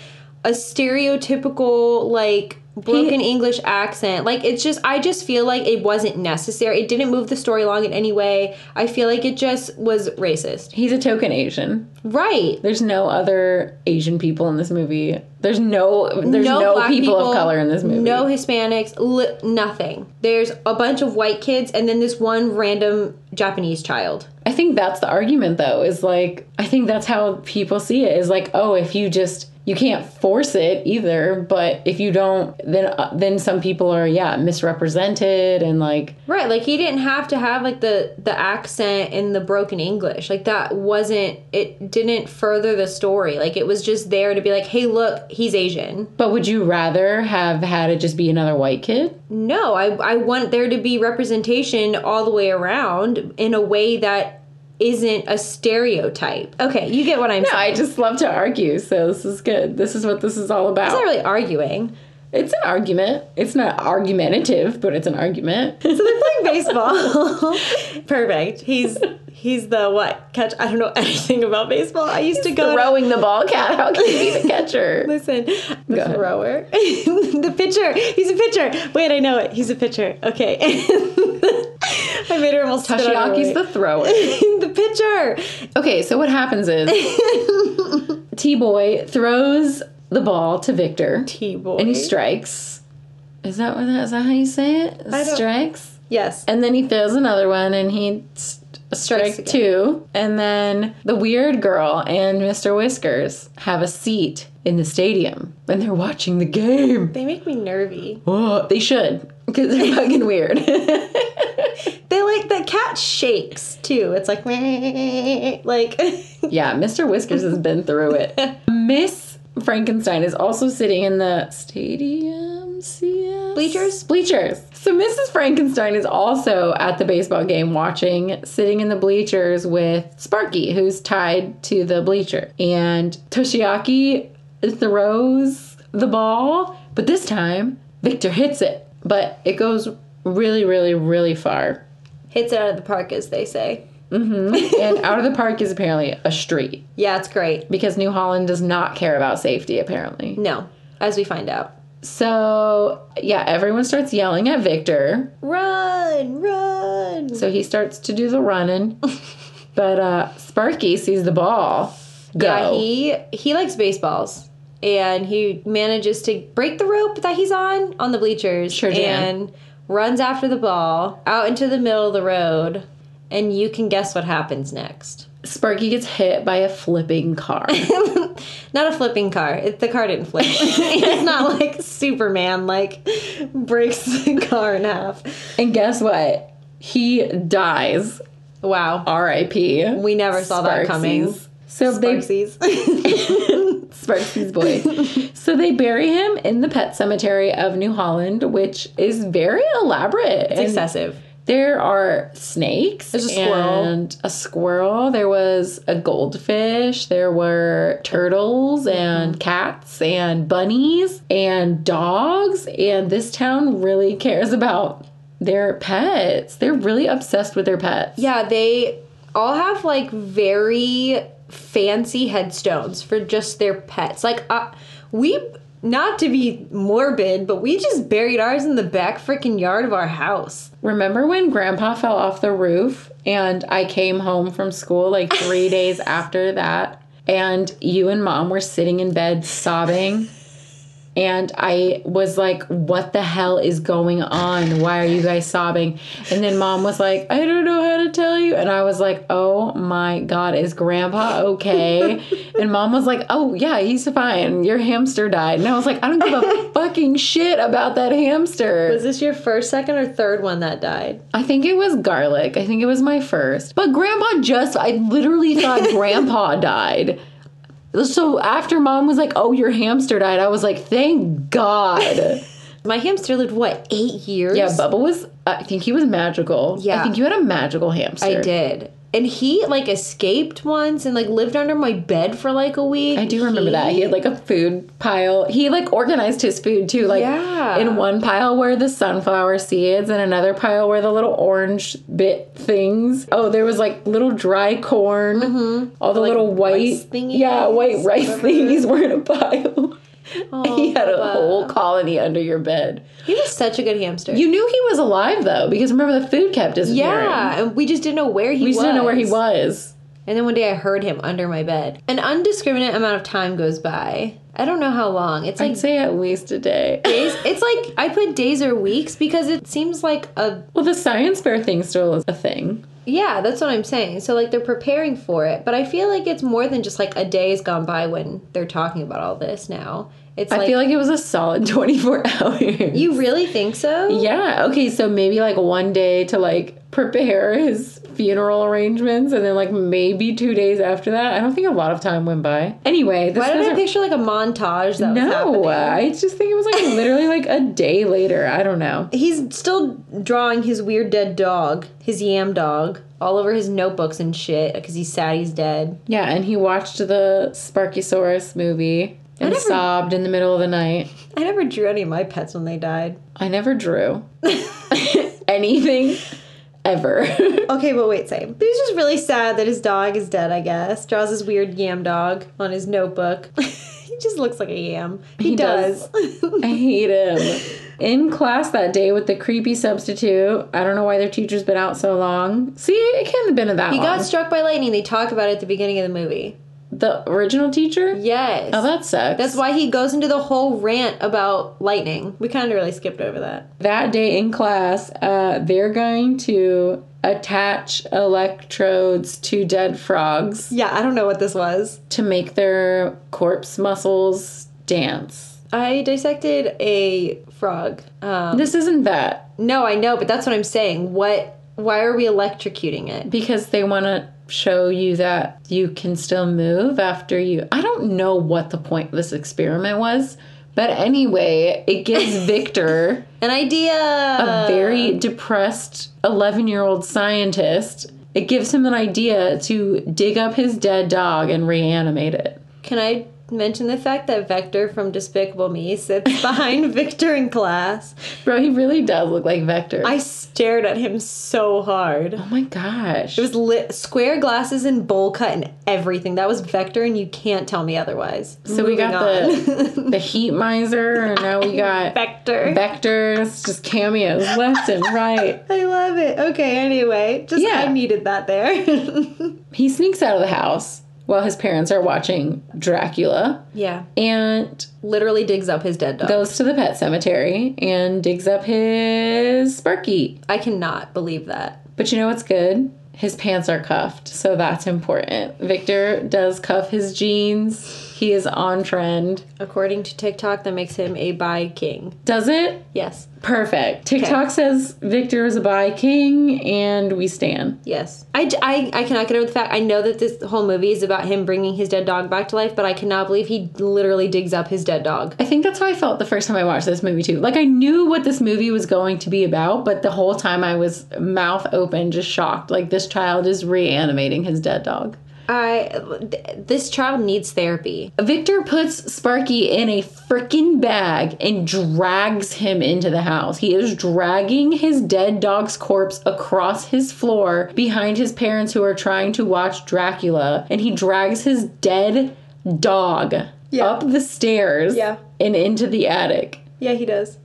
[SPEAKER 1] a stereotypical like broken English accent. Like it's just I just feel like it wasn't necessary. It didn't move the story along in any way. I feel like it just was racist.
[SPEAKER 2] He's a token Asian.
[SPEAKER 1] Right.
[SPEAKER 2] There's no other Asian people in this movie. There's no there's no,
[SPEAKER 1] black
[SPEAKER 2] people, of color in this movie.
[SPEAKER 1] No Hispanics, li- nothing. There's a bunch of white kids and then this one random Japanese child.
[SPEAKER 2] I think that's the argument though, is like I think that's how people see it is like, oh, if you just you can't force it either, but if you don't then uh, then some people are yeah, misrepresented and like
[SPEAKER 1] Right, like he didn't have to have like the the accent and the broken English. Like that wasn't it didn't further the story. Like it was just there to be like, "Hey, look, he's Asian."
[SPEAKER 2] but would you rather have had it just be another white kid?
[SPEAKER 1] No, I, I want there to be representation all the way around in a way that isn't a stereotype. Okay, you get what I'm saying.
[SPEAKER 2] I just love to argue, so this is good. This is what this is all about.
[SPEAKER 1] I'm not really arguing.
[SPEAKER 2] It's an argument. It's not argumentative, but it's an argument.
[SPEAKER 1] Playing baseball. Perfect. He's he's the what catch I don't know anything about baseball. I used to go
[SPEAKER 2] Throwing the ball cat. How can you be the catcher?
[SPEAKER 1] listen. The
[SPEAKER 2] ahead.
[SPEAKER 1] thrower. the pitcher. He's a pitcher. Wait, I know it. He's a pitcher. Okay. I made her almost spit out her
[SPEAKER 2] Tashiaki's the
[SPEAKER 1] way.
[SPEAKER 2] thrower.
[SPEAKER 1] the pitcher.
[SPEAKER 2] Okay, so what happens is T Boy throws the ball to Victor
[SPEAKER 1] T boy.
[SPEAKER 2] and he strikes. Is that what that is that how you say it?
[SPEAKER 1] don't-
[SPEAKER 2] Strikes?
[SPEAKER 1] yes.
[SPEAKER 2] And then he throws another one and he st- strikes
[SPEAKER 1] again.
[SPEAKER 2] two. And then the weird girl and Mr. Whiskers have a seat in the stadium and they're watching the game.
[SPEAKER 1] They make me nervy.
[SPEAKER 2] Whoa, they should because they're fucking weird.
[SPEAKER 1] They like the cat shakes too. It's like like
[SPEAKER 2] yeah, Mr. Whiskers has been through it. Miss Frankenstein is also sitting in the stadium. CS?
[SPEAKER 1] Bleachers?
[SPEAKER 2] Bleachers. So Mrs. Frankenstein is also at the baseball game watching, sitting in the bleachers with Sparky, who's tied to the bleacher. And Toshiaki throws the ball, but this time Victor hits it. But it goes really, really, really far.
[SPEAKER 1] hits it out of the park, as they say.
[SPEAKER 2] and out of the park is apparently a street
[SPEAKER 1] Yeah, it's great.
[SPEAKER 2] because New Holland does not care about safety, apparently.
[SPEAKER 1] No, as we find out.
[SPEAKER 2] So, yeah, everyone starts yelling at Victor.
[SPEAKER 1] Run, run.
[SPEAKER 2] So he starts to do the running. but uh, Sparky sees the ball go.
[SPEAKER 1] Yeah, he he likes baseballs, and he manages to break the rope that he's on on the bleachers,
[SPEAKER 2] Sure can.
[SPEAKER 1] and runs after the ball out into the middle of the road. And you can guess what happens next.
[SPEAKER 2] Sparky gets hit by a flipping car.
[SPEAKER 1] Not a flipping car. It, the car didn't flip. it's not like Superman like breaks the car in half.
[SPEAKER 2] and guess what? He dies.
[SPEAKER 1] Wow.
[SPEAKER 2] R.I.P.
[SPEAKER 1] We never saw that coming.
[SPEAKER 2] Sparksies. So they
[SPEAKER 1] Sparksies.
[SPEAKER 2] Sparky's boy. so they bury him in the pet cemetery of New Holland, which is very elaborate. and
[SPEAKER 1] Excessive.
[SPEAKER 2] There are snakes.
[SPEAKER 1] There's a squirrel.
[SPEAKER 2] And a squirrel. There was a goldfish. There were turtles
[SPEAKER 1] Mm-hmm.
[SPEAKER 2] and cats and bunnies and dogs. And this town really cares about their pets. They're really obsessed with their pets.
[SPEAKER 1] Yeah, they all have like very fancy headstones for just their pets. Like uh, we not to be morbid, but we just buried ours in the back freaking yard of our house.
[SPEAKER 2] Remember when grandpa fell off the roof and I came home from school like three days after that? And you and mom were sitting in bed sobbing. And I was like, what the hell is going on? Why are you guys sobbing? And then mom was like, I don't know how to tell you. And I was like, oh my God, is grandpa okay? and mom was like, oh yeah, he's fine. Your hamster died. And I was like, I don't give a fucking shit about that hamster.
[SPEAKER 1] Was this your first, second, or third one that died?
[SPEAKER 2] I think it was garlic. I think it was my first. But grandpa just, I literally thought grandpa died. So after mom was like, oh, your hamster died, I was like, thank God.
[SPEAKER 1] My hamster lived what eight years?
[SPEAKER 2] yeah, Bubba was, I think he was magical. I
[SPEAKER 1] Yeah.
[SPEAKER 2] think you had a magical hamster.
[SPEAKER 1] I did. And he like escaped once and like lived under my bed for like a week.
[SPEAKER 2] I do remember that. He had like a food pile. He like organized his food too. Like
[SPEAKER 1] Yeah.
[SPEAKER 2] in one pile were the sunflower seeds and another pile were the little orange bit things. Oh, there was like little dry corn. All the little white
[SPEAKER 1] Mm-hmm. rice thingies,
[SPEAKER 2] Yeah, white rice thingies were in a pile.
[SPEAKER 1] Oh,
[SPEAKER 2] he had a whole colony under your bed.
[SPEAKER 1] He was such a good hamster.
[SPEAKER 2] You knew he was alive though, because remember the food kept disappearing.
[SPEAKER 1] yeah, and we just didn't know where he
[SPEAKER 2] we
[SPEAKER 1] was.
[SPEAKER 2] just didn't know where he was.
[SPEAKER 1] And then one day I heard him under my bed. An undiscriminate amount of time goes by. I don't know how long. It's like
[SPEAKER 2] I'd say at least a day.
[SPEAKER 1] days. It's like I put days or weeks because it seems like a
[SPEAKER 2] well, the science bear thing still is a thing.
[SPEAKER 1] yeah. That's what I'm saying. So like they're preparing for it, but I feel like it's more than just like a day has gone by when they're talking about all this now. It's
[SPEAKER 2] I
[SPEAKER 1] like,
[SPEAKER 2] feel like it was a solid 24 hours.
[SPEAKER 1] you really think so?
[SPEAKER 2] yeah. Okay. So maybe like one day to like prepare his funeral arrangements and then like maybe two days after that. I don't think a lot of time went by. Anyway, this
[SPEAKER 1] Why did I
[SPEAKER 2] doesn't-
[SPEAKER 1] picture like a montage that was
[SPEAKER 2] No,
[SPEAKER 1] happening?
[SPEAKER 2] I just think it was like literally like a day later. I don't know.
[SPEAKER 1] He's still drawing his weird dead dog, his yam dog, all over his notebooks and shit because he's sad he's dead.
[SPEAKER 2] Yeah, and he watched the Sparkysaurus movie and
[SPEAKER 1] never-
[SPEAKER 2] sobbed in the middle of the night.
[SPEAKER 1] I never drew any of my pets when they died.
[SPEAKER 2] I never drew anything ever.
[SPEAKER 1] Okay, but wait, same. He was just really sad that his dog is dead, I guess. Draws his weird yam dog on his notebook. he just looks like a yam. He,
[SPEAKER 2] He
[SPEAKER 1] does.
[SPEAKER 2] does. I hate him. In class that day with the creepy substitute. I don't know why their teacher's been out so long. See, it can't have been that
[SPEAKER 1] he
[SPEAKER 2] long.
[SPEAKER 1] got struck by lightning. They talk about it at the beginning of the movie.
[SPEAKER 2] the original teacher?
[SPEAKER 1] Yes.
[SPEAKER 2] Oh, that sucks.
[SPEAKER 1] That's why he goes into the whole rant about lightning. We kind of really skipped over that.
[SPEAKER 2] that day in class, uh, they're going to attach electrodes to dead frogs
[SPEAKER 1] Yeah, I don't know what this was.
[SPEAKER 2] to make their corpse muscles dance.
[SPEAKER 1] I dissected a frog. Um,
[SPEAKER 2] This isn't that
[SPEAKER 1] no, I know, but that's what I'm saying. What? Why are we electrocuting it?
[SPEAKER 2] because they want to show you that you can still move after you. I don't know what the point of this experiment was, but anyway, it gives Victor,
[SPEAKER 1] An idea.
[SPEAKER 2] a
[SPEAKER 1] Uh.
[SPEAKER 2] very depressed 11 year old scientist, it gives him an idea to dig up his dead dog and reanimate it.
[SPEAKER 1] Can I mention the fact that Vector from Despicable Me sits behind Victor in class?
[SPEAKER 2] Bro, he really does look like Vector.
[SPEAKER 1] I stared at him so hard. It
[SPEAKER 2] oh my gosh.
[SPEAKER 1] was lit, square glasses and bowl cut and everything. That was Vector, and you can't tell me otherwise.
[SPEAKER 2] so we got
[SPEAKER 1] Moving on.
[SPEAKER 2] the, the heat miser, and now we got
[SPEAKER 1] Vector.
[SPEAKER 2] Vector's just cameos left and right.
[SPEAKER 1] I love it. Okay, anyway, just
[SPEAKER 2] Yeah.
[SPEAKER 1] I needed that there.
[SPEAKER 2] He sneaks out of the house while his parents are watching Dracula
[SPEAKER 1] yeah,
[SPEAKER 2] and
[SPEAKER 1] literally digs up his dead dog.
[SPEAKER 2] goes to the pet cemetery and digs up his Sparky.
[SPEAKER 1] I cannot believe that.
[SPEAKER 2] But you know what's good? His pants are cuffed, so that's important. Victor does cuff his jeans. He is on trend.
[SPEAKER 1] According to TikTok, that makes him a bi king.
[SPEAKER 2] Does it?
[SPEAKER 1] Yes,
[SPEAKER 2] Perfect. TikTok says Victor is a bi king and we stand.
[SPEAKER 1] yes. I, j- I- I cannot get over the fact. I know that this whole movie is about him bringing his dead dog back to life, but I cannot believe he literally digs up his dead dog.
[SPEAKER 2] I think that's how I felt the first time I watched this movie too. Like I knew what this movie was going to be about, but the whole time I was mouth open, just shocked. Like this child is reanimating his dead dog.
[SPEAKER 1] I, th- this child needs therapy.
[SPEAKER 2] Victor puts Sparky in a freaking bag and drags him into the house. He is dragging his dead dog's corpse across his floor behind his parents who are trying to watch Dracula, and he drags his dead dog
[SPEAKER 1] Yeah.
[SPEAKER 2] up the stairs
[SPEAKER 1] Yeah.
[SPEAKER 2] and into the attic.
[SPEAKER 1] Yeah, he does.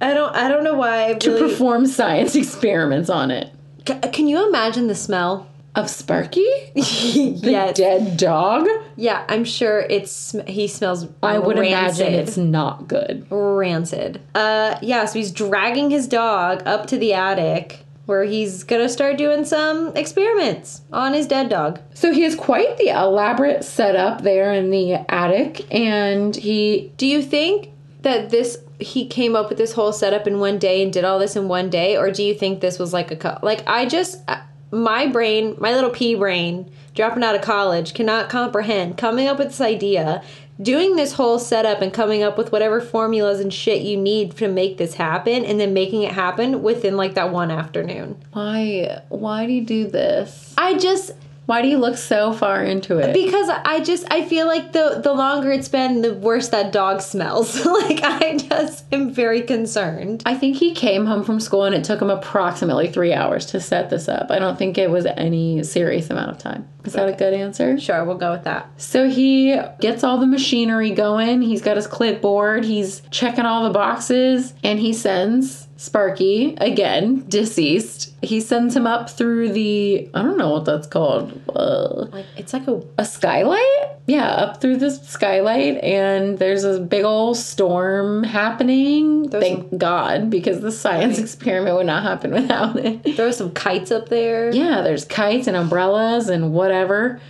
[SPEAKER 1] I don't. I don't know why. I really,
[SPEAKER 2] perform science experiments on it.
[SPEAKER 1] C- can you imagine the smell?
[SPEAKER 2] Of Sparky? The
[SPEAKER 1] yes.
[SPEAKER 2] dead dog?
[SPEAKER 1] Yeah, I'm sure it's sm- he smells.
[SPEAKER 2] I would
[SPEAKER 1] rancid.
[SPEAKER 2] imagine it's not good.
[SPEAKER 1] rancid. Uh, yeah, so he's dragging his dog up to the attic where he's gonna start doing some experiments on his dead dog.
[SPEAKER 2] So he has quite the elaborate setup there in the attic, and he
[SPEAKER 1] Do you think that this he came up with this whole setup in one day and did all this in one day, or do you think this was like a co- like I just uh, my brain, my little pea brain, dropping out of college cannot comprehend coming up with this idea. Doing this whole setup and coming up with whatever formulas and shit you need to make this happen, and then making it happen within like that one afternoon.
[SPEAKER 2] why why do you do this?
[SPEAKER 1] I just
[SPEAKER 2] Why do you look so far into it?
[SPEAKER 1] because I just I feel like the the longer it's been, the worse that dog smells. like I just am very concerned.
[SPEAKER 2] I think he came home from school and it took him approximately three hours to set this up. I don't think it was any serious amount of time. Is that a good answer?
[SPEAKER 1] Sure, we'll go with that.
[SPEAKER 2] So he gets all the machinery going. He's got his clipboard. He's checking all the boxes. And he sends Sparky, again, deceased. He sends him up through the, I don't know what that's called. Uh,
[SPEAKER 1] Like it's like a
[SPEAKER 2] a skylight? Yeah, up through the skylight. And there's a big old storm happening. Thank God, because the science experiment would not happen without it.
[SPEAKER 1] throw some kites up there.
[SPEAKER 2] Yeah, there's kites and umbrellas and whatever.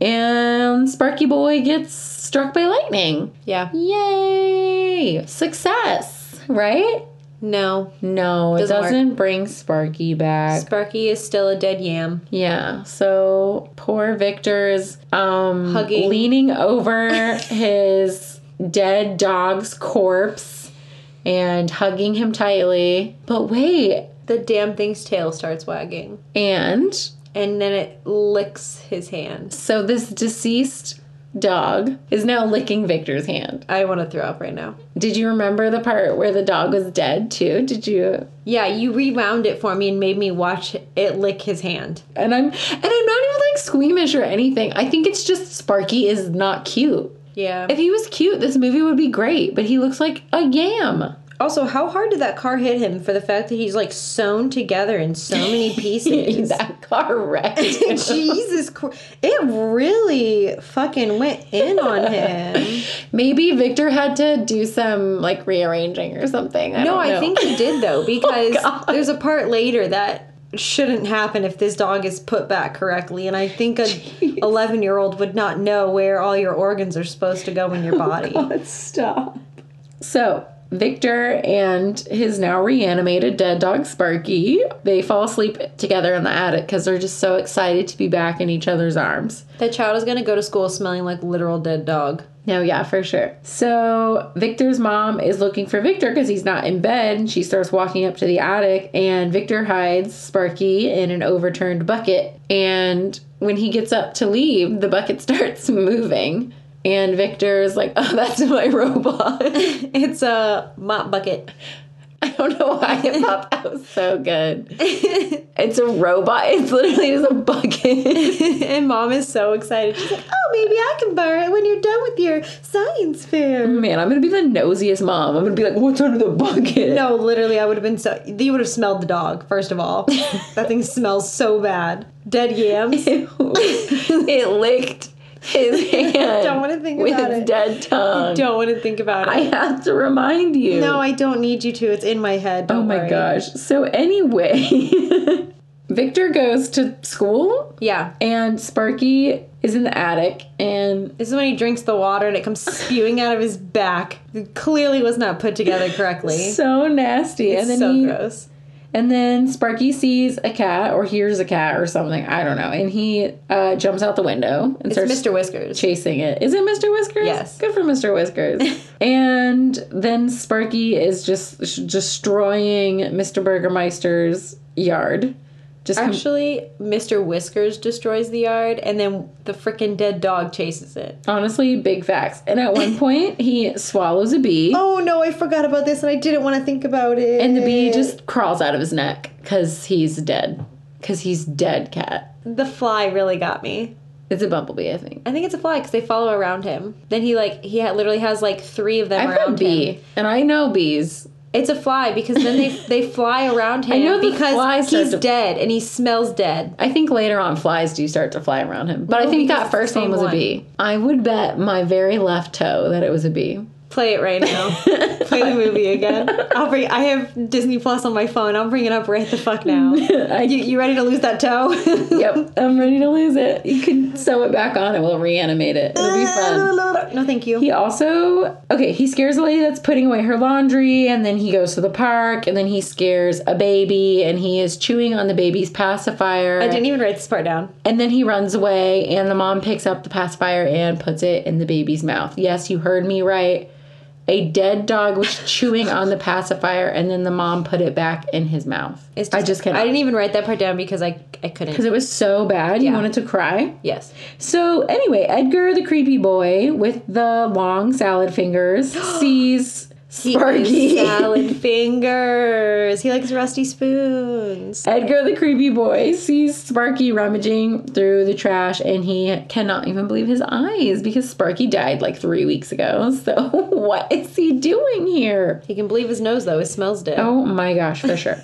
[SPEAKER 2] And Sparky Boy gets struck by lightning.
[SPEAKER 1] Yeah.
[SPEAKER 2] Yay! Success, right?
[SPEAKER 1] No,
[SPEAKER 2] No, it
[SPEAKER 1] Doesn't work.
[SPEAKER 2] doesn't bring Sparky back.
[SPEAKER 1] Sparky is still a dead yam.
[SPEAKER 2] Yeah, so poor Victor is um,
[SPEAKER 1] Hugging.
[SPEAKER 2] leaning over his dead dog's corpse and hugging him tightly. But wait,
[SPEAKER 1] The damn thing's tail starts wagging,
[SPEAKER 2] and
[SPEAKER 1] and then it licks his hand.
[SPEAKER 2] So this deceased dog is now licking Victor's hand.
[SPEAKER 1] I want to throw up right now.
[SPEAKER 2] Did you remember the part where the dog was dead too? Did you?
[SPEAKER 1] Yeah, you rewound it for me and made me watch it lick his hand.
[SPEAKER 2] And I'm and I'm not even like squeamish or anything. I think it's just Sparky is not cute.
[SPEAKER 1] Yeah.
[SPEAKER 2] If he was cute, this movie would be great, but he looks like a yam.
[SPEAKER 1] also, how hard did that car hit him for the fact that he's like sewn together in so many pieces?
[SPEAKER 2] that car wrecked. him.
[SPEAKER 1] Jesus Christ. It really fucking went in on him.
[SPEAKER 2] Maybe Victor had to do some like rearranging or something. I
[SPEAKER 1] No,
[SPEAKER 2] don't
[SPEAKER 1] I
[SPEAKER 2] know.
[SPEAKER 1] think he did though because
[SPEAKER 2] God.
[SPEAKER 1] there's a part later that shouldn't happen if this dog is put back correctly, and I think a 11 year old would not know where all your organs are supposed to go in your body.
[SPEAKER 2] Let's stop. So, Victor and his now reanimated dead dog Sparky, they fall asleep together in the attic because they're just so excited to be back in each other's arms.
[SPEAKER 1] that child is gonna go to school smelling like literal dead dog.
[SPEAKER 2] No, yeah, for sure. So, Victor's mom is looking for Victor because he's not in bed. and She starts walking up to the attic, and Victor hides Sparky in an overturned bucket. And when he gets up to leave, the bucket starts moving. And Victor is like, Oh, that's my robot.
[SPEAKER 1] It's a mop bucket.
[SPEAKER 2] I don't know why I thought that was so good. It's a robot. It's literally just a bucket.
[SPEAKER 1] and mom is so excited. She's like, oh, maybe I can borrow it when you're done with your science fair.
[SPEAKER 2] Man, I'm gonna be the nosiest mom. I'm gonna be like, what's under the bucket?
[SPEAKER 1] No, literally, I would have been so. You would have smelled the dog, first of all. that thing smells so bad. Dead yams.
[SPEAKER 2] it licked his hand.
[SPEAKER 1] Don't wanna think
[SPEAKER 2] with
[SPEAKER 1] about
[SPEAKER 2] its
[SPEAKER 1] it.
[SPEAKER 2] dead tongue.
[SPEAKER 1] don't want to think about it.
[SPEAKER 2] I have to remind you.
[SPEAKER 1] no, I don't need you to. It's in my head.
[SPEAKER 2] Oh
[SPEAKER 1] Don't
[SPEAKER 2] my
[SPEAKER 1] worry.
[SPEAKER 2] gosh. So anyway, Victor goes to school
[SPEAKER 1] Yeah.
[SPEAKER 2] and Sparky is in the attic and
[SPEAKER 1] This is when he drinks the water and it comes spewing out of his back. It clearly was not put together correctly.
[SPEAKER 2] so nasty. and then
[SPEAKER 1] so
[SPEAKER 2] he
[SPEAKER 1] gross.
[SPEAKER 2] And then Sparky sees a cat or hears a cat or something. I don't know. And he uh, jumps out the window and starts
[SPEAKER 1] It's Mr. Whiskers.
[SPEAKER 2] chasing it. Is it Mr. Whiskers?
[SPEAKER 1] Yes.
[SPEAKER 2] Good for Mr. Whiskers. and then Sparky is just sh- destroying Mr. Burgermeister's yard. Just com-
[SPEAKER 1] Actually, Mr. Whiskers destroys the yard and then the freaking dead dog chases it.
[SPEAKER 2] honestly, big facts. And at one point, he swallows a bee,
[SPEAKER 1] Oh no, I forgot about this and I didn't want to think about it.
[SPEAKER 2] and the bee just crawls out of his neck because he's dead. Because he's dead cat.
[SPEAKER 1] The fly really got me.
[SPEAKER 2] It's a bumblebee, I think.
[SPEAKER 1] I think it's a fly because they follow around him. Then he like he ha- literally has like three of them
[SPEAKER 2] I've
[SPEAKER 1] around
[SPEAKER 2] got
[SPEAKER 1] him.
[SPEAKER 2] bee, and I know bees.
[SPEAKER 1] It's a fly because then they they fly around him
[SPEAKER 2] know the
[SPEAKER 1] because
[SPEAKER 2] fly said
[SPEAKER 1] he's
[SPEAKER 2] to-
[SPEAKER 1] dead and he smells dead.
[SPEAKER 2] I think later on flies do start to fly around him. But I
[SPEAKER 1] No,
[SPEAKER 2] think
[SPEAKER 1] because
[SPEAKER 2] that
[SPEAKER 1] it's the
[SPEAKER 2] first one
[SPEAKER 1] same
[SPEAKER 2] was a
[SPEAKER 1] one.
[SPEAKER 2] bee. I would bet my very left toe that it was a bee.
[SPEAKER 1] Play it right now. Play the movie again. I'll bring. I have Disney Plus on my phone. I'll bring it up right the fuck now.
[SPEAKER 2] I,
[SPEAKER 1] You, you ready to lose that toe?
[SPEAKER 2] yep, I'm ready to lose it. You can sew it back on and we'll reanimate it. It'll be fun.
[SPEAKER 1] No, thank you.
[SPEAKER 2] He also, okay, he scares a lady that's putting away her laundry and then he goes to the park and then he scares a baby and he is chewing on the baby's pacifier.
[SPEAKER 1] I didn't even write this part down.
[SPEAKER 2] And then he runs away, and the mom picks up the pacifier and puts it in the baby's mouth. Yes, you heard me right. A dead dog was chewing on the pacifier, and then the mom put it back in his mouth.
[SPEAKER 1] It's
[SPEAKER 2] I just
[SPEAKER 1] I
[SPEAKER 2] cannot.
[SPEAKER 1] didn't even write that part down because I I couldn't.
[SPEAKER 2] Because it was so bad, you wanted to cry.
[SPEAKER 1] Yes.
[SPEAKER 2] So, anyway, Edgar, the creepy boy with the long salad fingers, sees
[SPEAKER 1] He
[SPEAKER 2] Sparky.
[SPEAKER 1] is salad fingers. He likes rusty spoons.
[SPEAKER 2] Edgar the creepy boy sees Sparky rummaging through the trash and he cannot even believe his eyes because Sparky died like three weeks ago. So, what is he doing here?
[SPEAKER 1] He can believe his nose though. It smells did.
[SPEAKER 2] Oh my gosh, for sure.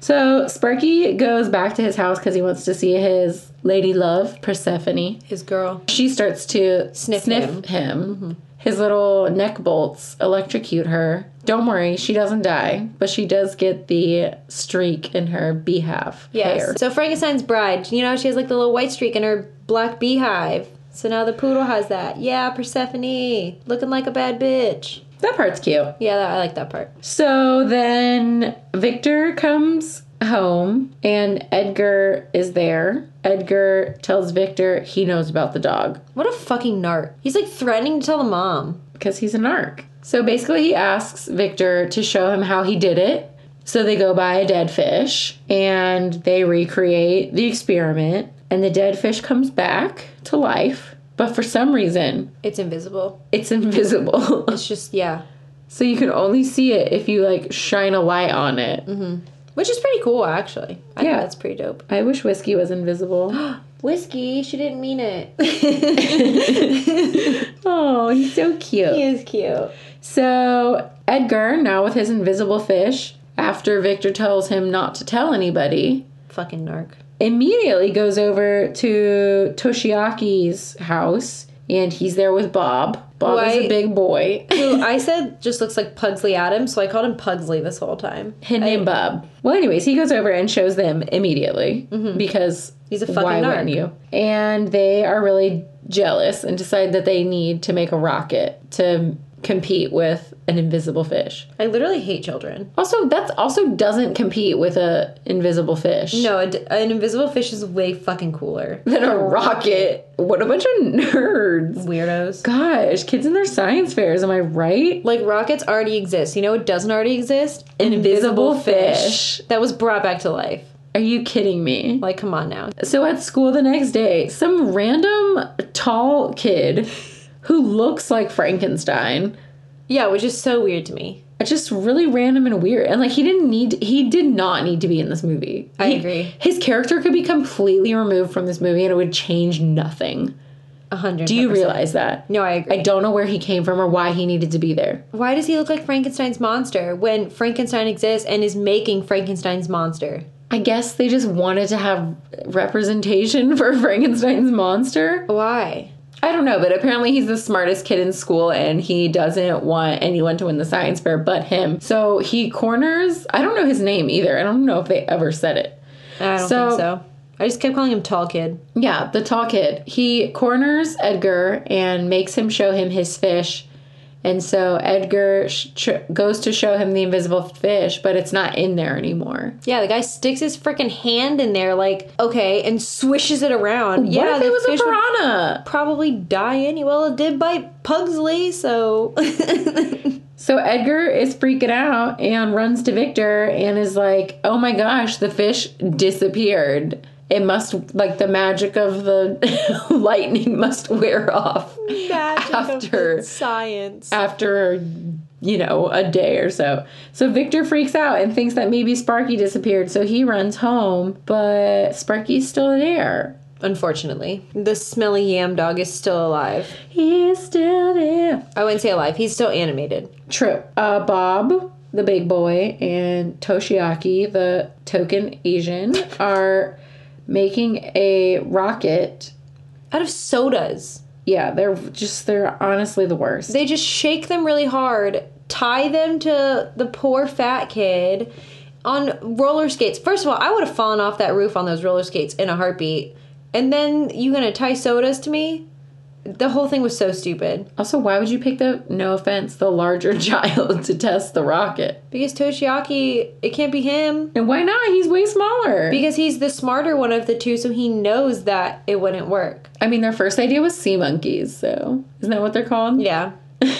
[SPEAKER 2] so, Sparky goes back to his house because he wants to see his lady love, Persephone.
[SPEAKER 1] His girl.
[SPEAKER 2] She starts to
[SPEAKER 1] Sniff
[SPEAKER 2] sniff,
[SPEAKER 1] him.
[SPEAKER 2] him. Mm-hmm. His little neck bolts electrocute her. Don't worry, she doesn't die, but she does get the streak in her beehive
[SPEAKER 1] Yes.
[SPEAKER 2] hair.
[SPEAKER 1] So Frankenstein's bride, you know, she has like the little white streak in her black beehive. So now the poodle has that. Yeah, Persephone, looking like a bad bitch.
[SPEAKER 2] That part's cute.
[SPEAKER 1] Yeah, that, I like that part.
[SPEAKER 2] So then Victor comes home and Edgar is there. Edgar tells Victor he knows about the dog
[SPEAKER 1] What a fucking nart. He's like threatening to tell the mom.
[SPEAKER 2] because he's a narc. So basically, he asks Victor to show him how he did it. So they go buy a dead fish and they recreate the experiment. And the dead fish comes back to life, but for some reason,
[SPEAKER 1] It's invisible.
[SPEAKER 2] it's invisible.
[SPEAKER 1] It's just yeah,
[SPEAKER 2] so you can only see it if you like shine a light on it.
[SPEAKER 1] which is pretty cool actually. I
[SPEAKER 2] Yeah.
[SPEAKER 1] think that's pretty dope.
[SPEAKER 2] I wish whiskey was invisible.
[SPEAKER 1] Whiskey, she didn't mean it.
[SPEAKER 2] Oh, he's so cute.
[SPEAKER 1] he is cute.
[SPEAKER 2] So, Edgar, now with his invisible fish, after Victor tells him not to tell anybody,
[SPEAKER 1] Fucking narc.
[SPEAKER 2] immediately goes over to Toshiaki's house and he's there with Bob. Bob is
[SPEAKER 1] Why-
[SPEAKER 2] a big boy.
[SPEAKER 1] Who I said just looks like Pugsley Adams, so I called him Pugsley this whole time.
[SPEAKER 2] His name Bob. Well, anyways, he goes over and shows them immediately because
[SPEAKER 1] Mm-hmm. He's a fucking
[SPEAKER 2] why
[SPEAKER 1] narc.
[SPEAKER 2] wouldn't you? And they are really jealous and decide that they need to make a rocket to compete with an invisible fish.
[SPEAKER 1] I literally hate children.
[SPEAKER 2] Also, that's also doesn't compete with a invisible fish.
[SPEAKER 1] No, a d an invisible fish is way fucking cooler.
[SPEAKER 2] Than a rocket. What a bunch of nerds.
[SPEAKER 1] Weirdos.
[SPEAKER 2] Gosh, kids in their science fairs, am I right?
[SPEAKER 1] Like rockets already exist. You know it doesn't already exist? An
[SPEAKER 2] Invisible fish.
[SPEAKER 1] that was brought back to life.
[SPEAKER 2] Are you kidding me?
[SPEAKER 1] Like, come on now.
[SPEAKER 2] So at school the next day, some random tall kid who looks like Frankenstein.
[SPEAKER 1] Yeah, which is so weird to me.
[SPEAKER 2] It's just really random and weird. And like he didn't need he did not need to be in this movie.
[SPEAKER 1] I
[SPEAKER 2] He-
[SPEAKER 1] agree.
[SPEAKER 2] His character could be completely removed from this movie and it would change nothing.
[SPEAKER 1] A hundred.
[SPEAKER 2] Do you realize that?
[SPEAKER 1] No, I
[SPEAKER 2] I
[SPEAKER 1] agree.
[SPEAKER 2] don't know where he came from or why he needed to be there.
[SPEAKER 1] Why does he look like Frankenstein's monster when Frankenstein exists and is making Frankenstein's monster?
[SPEAKER 2] I guess they just wanted to have representation for Frankenstein's monster.
[SPEAKER 1] Why?
[SPEAKER 2] I don't know, but apparently he's the smartest kid in school and he doesn't want anyone to win the science fair but him. So he corners, I don't know his name either. I don't know if they ever said it.
[SPEAKER 1] I don't
[SPEAKER 2] So-
[SPEAKER 1] think so. I just kept calling him Tall Kid.
[SPEAKER 2] Yeah, the tall kid. He corners Edgar and makes him show him his fish. And so Edgar sh- tr- goes to show him the invisible fish, but it's not in there anymore.
[SPEAKER 1] Yeah, the guy sticks his freaking hand in there, like, okay, and swishes it around.
[SPEAKER 2] Yeah,
[SPEAKER 1] yeah,
[SPEAKER 2] what if
[SPEAKER 1] the
[SPEAKER 2] it was a
[SPEAKER 1] fish would
[SPEAKER 2] piranha?
[SPEAKER 1] probably die anyway. Well, it did bite Pugsley, so.
[SPEAKER 2] So Edgar is freaking out and runs to Victor and is like, "Oh my gosh, the fish disappeared. It must like the magic of the lightning must wear off
[SPEAKER 1] Magic of
[SPEAKER 2] After-
[SPEAKER 1] the science.
[SPEAKER 2] after you know a day or so." So Victor freaks out and thinks that maybe Sparky disappeared, so he runs home, but Sparky's still there.
[SPEAKER 1] Unfortunately, the smelly yam dog is still alive.
[SPEAKER 2] He's still there.
[SPEAKER 1] I wouldn't say alive, he's still animated.
[SPEAKER 2] True. Uh, Bob, the big boy, and Toshiaki, the token Asian, are making a rocket.
[SPEAKER 1] Out of sodas.
[SPEAKER 2] Yeah, they're just, they're honestly the worst.
[SPEAKER 1] They just shake them really hard, tie them to the poor fat kid on roller skates. First of all, I would have fallen off that roof on those roller skates in a heartbeat. And then you gonna tie sodas to me? The whole thing was so stupid.
[SPEAKER 2] Also, why would you pick the, no offense, the larger child to test the rocket?
[SPEAKER 1] Because Toshiaki, it can't be him.
[SPEAKER 2] And why not? He's way smaller.
[SPEAKER 1] Because he's the smarter one of the two, so he knows that it wouldn't work.
[SPEAKER 2] I mean, their first idea was sea monkeys, so isn't that what they're called?
[SPEAKER 1] Yeah.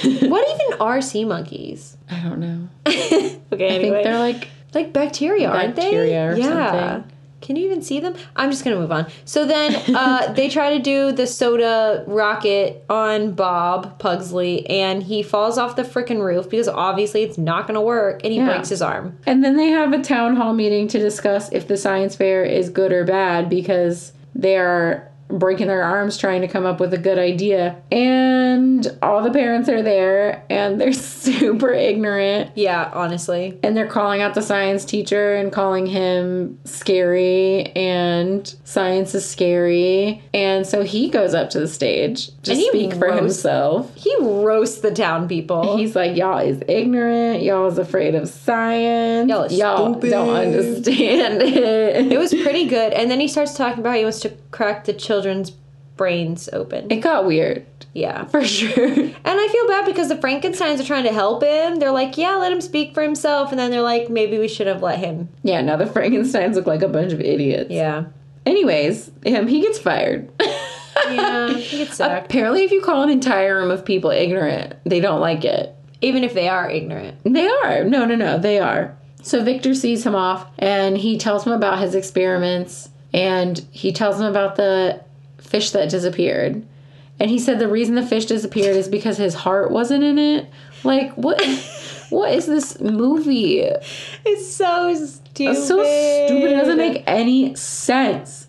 [SPEAKER 1] what even are sea monkeys?
[SPEAKER 2] I don't know.
[SPEAKER 1] Okay,
[SPEAKER 2] I think they're like
[SPEAKER 1] like bacteria, aren't they?
[SPEAKER 2] bacteria or
[SPEAKER 1] yeah.
[SPEAKER 2] something.
[SPEAKER 1] Can you even see them? I'm just gonna move on. So then uh, they try to do the soda rocket on Bob Pugsley, and he falls off the frickin' roof because obviously it's not gonna work, and he
[SPEAKER 2] Yeah.
[SPEAKER 1] breaks his arm.
[SPEAKER 2] And then they have a town hall meeting to discuss if the science fair is good or bad because they are breaking their arms trying to come up with a good idea. And all the parents are there and they're super ignorant
[SPEAKER 1] Yeah, honestly.
[SPEAKER 2] and they're calling out the science teacher and calling him scary and science is scary. And so he goes up to the stage to
[SPEAKER 1] And he
[SPEAKER 2] speak for
[SPEAKER 1] roasts-
[SPEAKER 2] himself.
[SPEAKER 1] He roasts the town people.
[SPEAKER 2] He's like, y'all is ignorant. Y'all is afraid of science.
[SPEAKER 1] Y'all is stupid."
[SPEAKER 2] don't understand
[SPEAKER 1] it
[SPEAKER 2] it.
[SPEAKER 1] was pretty good. And then he starts talking about how he wants to crack the children's brains open.
[SPEAKER 2] It got weird
[SPEAKER 1] Yeah.
[SPEAKER 2] for sure.
[SPEAKER 1] And I feel bad because the Frankensteins are trying to help him. They're like, yeah, let him speak for himself. And then they're like, maybe we should have let him.
[SPEAKER 2] Yeah, now the Frankenstein's look like a bunch of idiots.
[SPEAKER 1] Yeah.
[SPEAKER 2] Anyways, him he gets fired.
[SPEAKER 1] Yeah. Uh, I think it sucked.
[SPEAKER 2] Apparently, if you call an entire room of people ignorant, they don't like it.
[SPEAKER 1] Even if they are ignorant.
[SPEAKER 2] They are. No, no, no, they are. So Victor sees him off and he tells him about his experiments and he tells him about the fish that disappeared. And he said the reason the fish disappeared is because his heart wasn't in it. Like what what is this movie?
[SPEAKER 1] It's so stupid.
[SPEAKER 2] It's so stupid. It doesn't make any sense.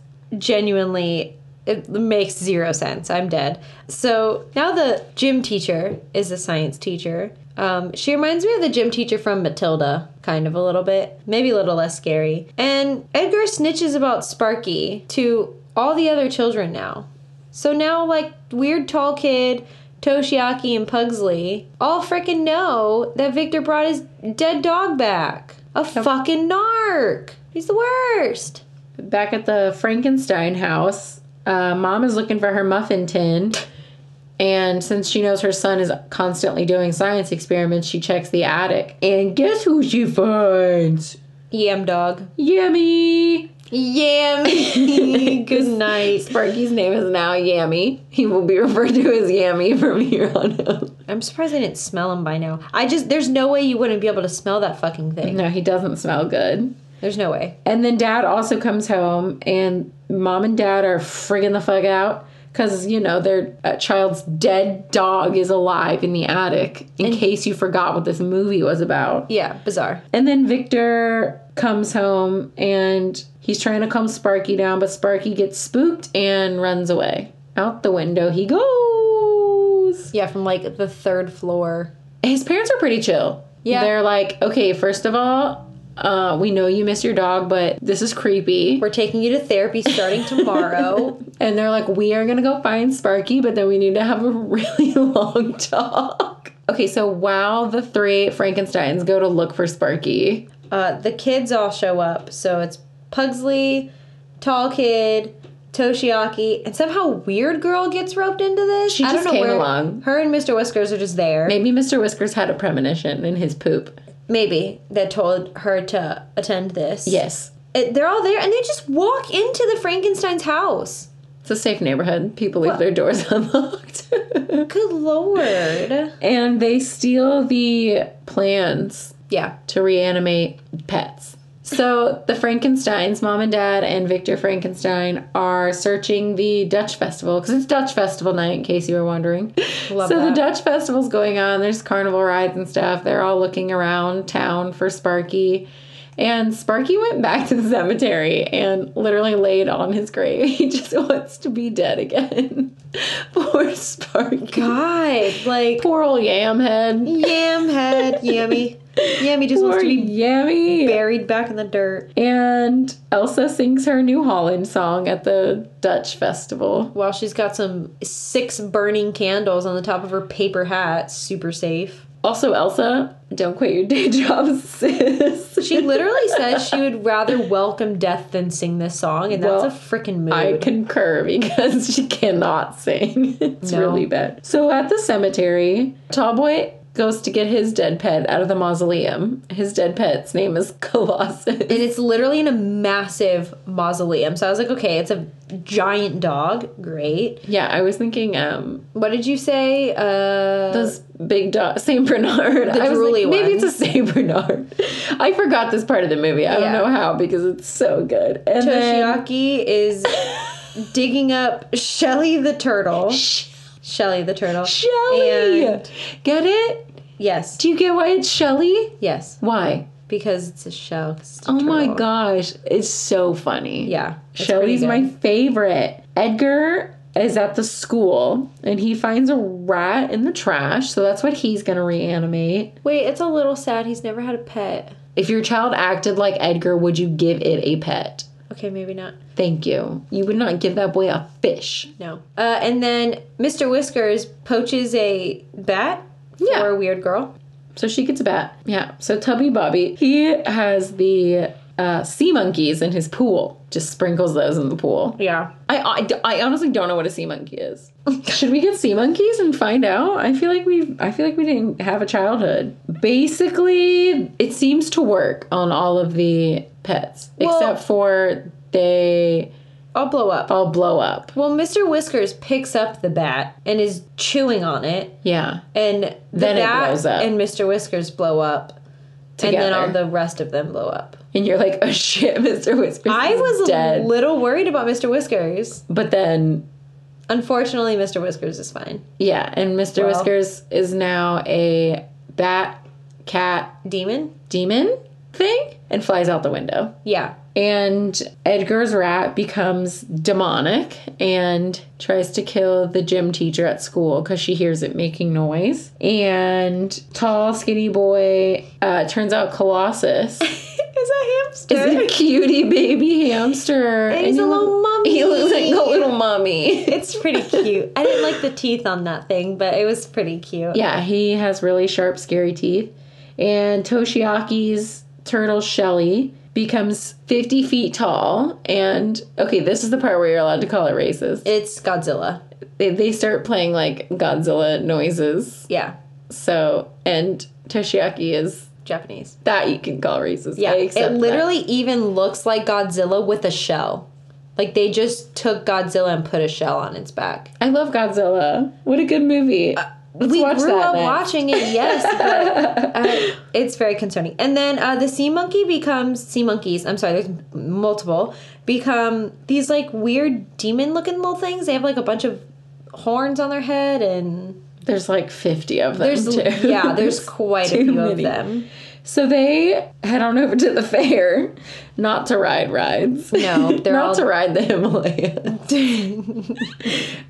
[SPEAKER 1] Genuinely, it makes zero sense. I'm dead. So now the gym teacher is a science teacher. Um, she reminds me of the gym teacher from Matilda, kind of a little bit, maybe a little less scary. And Edgar snitches about Sparky to all the other children now. So now, like, weird tall kid, Toshiaki, and Pugsley all freaking know that Victor brought his dead dog back. A fucking narc. He's the worst.
[SPEAKER 2] Back at the Frankenstein house, uh, mom is looking for her muffin tin. And since she knows her son is constantly doing science experiments, she checks the attic. And guess who she finds?
[SPEAKER 1] Yam E dog.
[SPEAKER 2] Yummy!
[SPEAKER 1] Yam. Good night.
[SPEAKER 2] Sparky's name is now Yammy. He will be referred to as Yammy from here on out.
[SPEAKER 1] I'm surprised I didn't smell him by now. I just, there's no way you wouldn't be able to smell that fucking thing.
[SPEAKER 2] No, he doesn't smell good.
[SPEAKER 1] There's no way.
[SPEAKER 2] And then dad also comes home, and mom and dad are friggin' the fuck out because, you know, their uh, child's dead dog is alive in the attic in case you forgot what this movie was about.
[SPEAKER 1] Yeah, bizarre.
[SPEAKER 2] And then Victor comes home and he's trying to calm Sparky down, but Sparky gets spooked and runs away. Out the window he goes.
[SPEAKER 1] Yeah, from like the third floor.
[SPEAKER 2] His parents are pretty chill.
[SPEAKER 1] Yeah.
[SPEAKER 2] They're like, okay, first of all, uh, we know you miss your dog, but this is creepy.
[SPEAKER 1] We're taking you to therapy starting tomorrow.
[SPEAKER 2] And they're like, we are gonna go find Sparky, but then we need to have a really long talk. Okay, so while the three Frankensteins go to look for Sparky,
[SPEAKER 1] Uh, the kids all show up. So it's Pugsley, Tall Kid, Toshiaki, and somehow Weird Girl gets roped into this.
[SPEAKER 2] She just came along.
[SPEAKER 1] Her and Mr. Whiskers are just there. Maybe,
[SPEAKER 2] maybe Mr. Whiskers had a premonition in his poop.
[SPEAKER 1] that told her to attend this.
[SPEAKER 2] Yes.
[SPEAKER 1] It- they're all there and they just walk into the Frankenstein's house.
[SPEAKER 2] It's a safe neighborhood. People leave their doors unlocked.
[SPEAKER 1] Good lord.
[SPEAKER 2] and they steal the plans
[SPEAKER 1] Yeah.
[SPEAKER 2] to reanimate pets. So the Frankensteins, mom and dad, and Victor Frankenstein are searching the Dutch festival because it's Dutch festival night, in case you were wondering.
[SPEAKER 1] Love
[SPEAKER 2] so
[SPEAKER 1] that.
[SPEAKER 2] the Dutch festival's going on. There's carnival rides and stuff. They're all looking around town for Sparky. And Sparky went back to the cemetery and literally laid on his grave. He just wants to be dead again. Poor Sparky.
[SPEAKER 1] God, like
[SPEAKER 2] Poor old yam head.
[SPEAKER 1] yam head, yummy. Yummy just
[SPEAKER 2] Poor
[SPEAKER 1] wants to be
[SPEAKER 2] yammy.
[SPEAKER 1] buried back in the dirt
[SPEAKER 2] And Elsa sings her New Holland song at the Dutch festival.
[SPEAKER 1] while she's got some six burning candles on the top of her paper hat. Super safe.
[SPEAKER 2] Also, Elsa, don't quit your day job, sis.
[SPEAKER 1] She literally says she would rather welcome death than sing this song, and
[SPEAKER 2] Well,
[SPEAKER 1] that's a freaking mood.
[SPEAKER 2] I concur because she cannot sing. It's
[SPEAKER 1] No.
[SPEAKER 2] really bad. So at the cemetery, Tallboy goes to get his dead pet out of the mausoleum. His dead pet's name is Colossus.
[SPEAKER 1] And it's literally in a massive mausoleum. So I was like, okay, it's a giant dog. Great.
[SPEAKER 2] yeah, I was thinking um
[SPEAKER 1] What did you say? Uh,
[SPEAKER 2] those big dog Saint Bernard. I was
[SPEAKER 1] drooly
[SPEAKER 2] like, maybe it's
[SPEAKER 1] one.
[SPEAKER 2] a Saint Bernard. I forgot this part of the movie. I
[SPEAKER 1] Yeah.
[SPEAKER 2] don't know how because it's so good. And then
[SPEAKER 1] Toshiaki is digging up Shelly the turtle. Shelly the turtle.
[SPEAKER 2] Shelly.
[SPEAKER 1] And-
[SPEAKER 2] Get it?
[SPEAKER 1] yes.
[SPEAKER 2] Do you get why it's Shelly?
[SPEAKER 1] Yes.
[SPEAKER 2] Why?
[SPEAKER 1] Because it's a shell. 'cause it's a
[SPEAKER 2] Oh my
[SPEAKER 1] turtle.
[SPEAKER 2] gosh, it's so funny.
[SPEAKER 1] Yeah. it's
[SPEAKER 2] Shelly's
[SPEAKER 1] pretty
[SPEAKER 2] my
[SPEAKER 1] good.
[SPEAKER 2] favorite. Edgar is at the school and he finds a rat in the trash, so that's what he's gonna reanimate.
[SPEAKER 1] Wait, it's a little sad. He's never had a pet.
[SPEAKER 2] If your child acted like Edgar, would you give it a pet?
[SPEAKER 1] Okay, maybe not.
[SPEAKER 2] Thank you. You would not give that boy a fish.
[SPEAKER 1] No. Uh, and then Mr. Whiskers poaches a bat
[SPEAKER 2] Yeah.
[SPEAKER 1] for a weird girl.
[SPEAKER 2] So she gets a bat. Yeah. So Tubby Bobby, he has the uh, sea monkeys in his pool, just sprinkles those in the pool.
[SPEAKER 1] Yeah.
[SPEAKER 2] I, I, I honestly don't know what a sea monkey is. Should we get sea monkeys and find out? I feel like we I feel like we didn't have a childhood. Basically, it seems to work on all of the pets
[SPEAKER 1] Well-
[SPEAKER 2] except for they
[SPEAKER 1] I'll blow up.
[SPEAKER 2] all blow up.
[SPEAKER 1] Well, Mr. Whiskers picks up the bat and is chewing on it.
[SPEAKER 2] Yeah,
[SPEAKER 1] And the
[SPEAKER 2] Then it
[SPEAKER 1] bat
[SPEAKER 2] blows up.
[SPEAKER 1] and Mr. Whiskers blow up. And then
[SPEAKER 2] Together.
[SPEAKER 1] all the rest of them blow up.
[SPEAKER 2] and you're like, oh shit, Mr. Whispers.
[SPEAKER 1] I
[SPEAKER 2] is
[SPEAKER 1] was a
[SPEAKER 2] dead,
[SPEAKER 1] little worried about Mr. Whiskers.
[SPEAKER 2] but then
[SPEAKER 1] Unfortunately, Mr. Whiskers is fine.
[SPEAKER 2] yeah, and Mr.
[SPEAKER 1] Well.
[SPEAKER 2] Whiskers is now a bat cat
[SPEAKER 1] Demon?
[SPEAKER 2] demon thing and flies out the window.
[SPEAKER 1] Yeah.
[SPEAKER 2] And Edgar's rat becomes demonic and tries to kill the gym teacher at school because she hears it making noise. And tall, skinny boy, uh, turns out Colossus is
[SPEAKER 1] is a hamster.
[SPEAKER 2] a cutie baby hamster. And
[SPEAKER 1] he's
[SPEAKER 2] he
[SPEAKER 1] a
[SPEAKER 2] look-
[SPEAKER 1] little mummy.
[SPEAKER 2] He looks like a little mummy.
[SPEAKER 1] It's pretty cute. I didn't like the teeth on that thing, but it was pretty cute.
[SPEAKER 2] yeah, he has really sharp, scary teeth. And Toshiaki's turtle, Shelly, becomes 50 feet tall. And okay, this is the part where you're allowed to call it racist.
[SPEAKER 1] It's Godzilla.
[SPEAKER 2] they, they start playing like Godzilla noises.
[SPEAKER 1] Yeah.
[SPEAKER 2] So, and Toshiaki is
[SPEAKER 1] Japanese.
[SPEAKER 2] that you can call racist.
[SPEAKER 1] Yeah.
[SPEAKER 2] I
[SPEAKER 1] It
[SPEAKER 2] accept
[SPEAKER 1] literally even looks like Godzilla with a shell. Like they just took Godzilla and put a shell on its back.
[SPEAKER 2] that. I love Godzilla. What a good movie. Let's
[SPEAKER 1] Uh, we
[SPEAKER 2] watch
[SPEAKER 1] grew
[SPEAKER 2] that
[SPEAKER 1] up
[SPEAKER 2] next.
[SPEAKER 1] watching it, yes, but uh, it's very concerning. And then uh, the sea monkey becomes sea monkeys. I'm sorry, there's multiple become these like weird demon-looking little things. They have like a bunch of horns on their head, and
[SPEAKER 2] There's like 50 of them.
[SPEAKER 1] there's
[SPEAKER 2] too.
[SPEAKER 1] yeah, there's quite a
[SPEAKER 2] too
[SPEAKER 1] few
[SPEAKER 2] many.
[SPEAKER 1] of them.
[SPEAKER 2] So they head on over to the fair, not to ride rides.
[SPEAKER 1] No, they're
[SPEAKER 2] not
[SPEAKER 1] all-
[SPEAKER 2] to ride the Himalaya.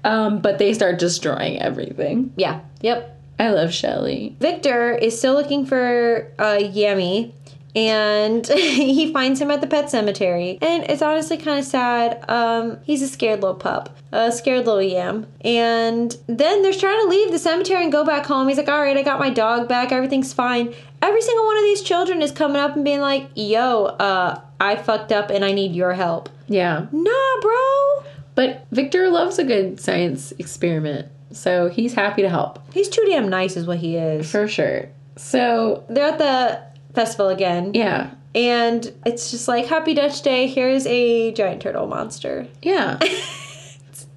[SPEAKER 2] um, but they start destroying everything.
[SPEAKER 1] Yeah, yep.
[SPEAKER 2] I love Shelly.
[SPEAKER 1] Victor is still looking for uh, Yami, and he finds him at the pet cemetery. And it's honestly kind of sad. Um, he's a scared little pup, a scared little yam. And then they're trying to leave the cemetery and go back home. He's like, "All right, I got my dog back. Everything's fine." Every single one of these children is coming up and being like, "Yo, uh, I fucked up and I need your help."
[SPEAKER 2] Yeah.
[SPEAKER 1] Nah, bro.
[SPEAKER 2] But Victor loves a good science experiment, so he's happy to help
[SPEAKER 1] He's too damn nice, is what he is.
[SPEAKER 2] for sure. So,
[SPEAKER 1] They're at the festival again.
[SPEAKER 2] yeah,
[SPEAKER 1] And it's just like, Happy Dutch Day, here's a giant turtle monster.
[SPEAKER 2] yeah,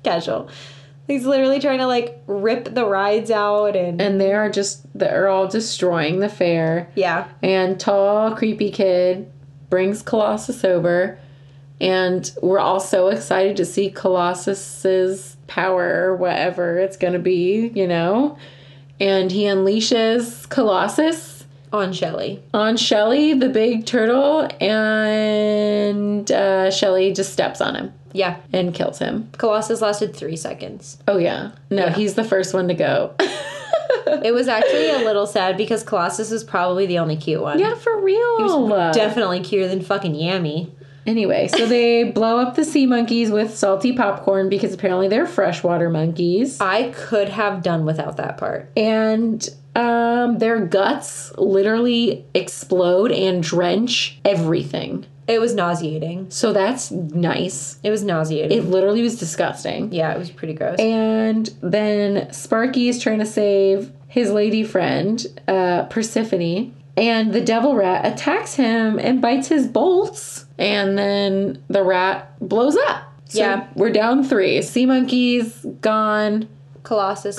[SPEAKER 1] Casual. He's literally trying to like rip the rides out and
[SPEAKER 2] and they are just they're all destroying the fair.
[SPEAKER 1] yeah.
[SPEAKER 2] And tall, creepy kid brings Colossus over, and we're all so excited to see Colossus's power, or whatever it's gonna be, you know. And he unleashes Colossus
[SPEAKER 1] On Shelly.
[SPEAKER 2] on Shelly, the big turtle, and uh, Shelly just steps on him
[SPEAKER 1] Yeah.
[SPEAKER 2] and kills him.
[SPEAKER 1] Colossus lasted three seconds.
[SPEAKER 2] Oh, yeah. No, he's the first one to go.
[SPEAKER 1] It was actually a little sad because Colossus is probably the only cute one. Uh,
[SPEAKER 2] yeah, for real.
[SPEAKER 1] Definitely cuter than fucking Yami.
[SPEAKER 2] anyway, so they blow up the sea monkeys with salty popcorn because apparently they're freshwater monkeys.
[SPEAKER 1] I could have done without that part.
[SPEAKER 2] And um, their guts literally explode and drench everything.
[SPEAKER 1] It was nauseating.
[SPEAKER 2] So that's nice.
[SPEAKER 1] It was nauseating.
[SPEAKER 2] It literally was disgusting.
[SPEAKER 1] yeah, it was pretty gross.
[SPEAKER 2] And then Sparky is trying to save his lady friend, uh, Persephone, and the devil rat attacks him and bites his bolts, and then the rat blows up. So
[SPEAKER 1] Yeah.
[SPEAKER 2] we're down three. Sea monkey's gone,
[SPEAKER 1] Colossus.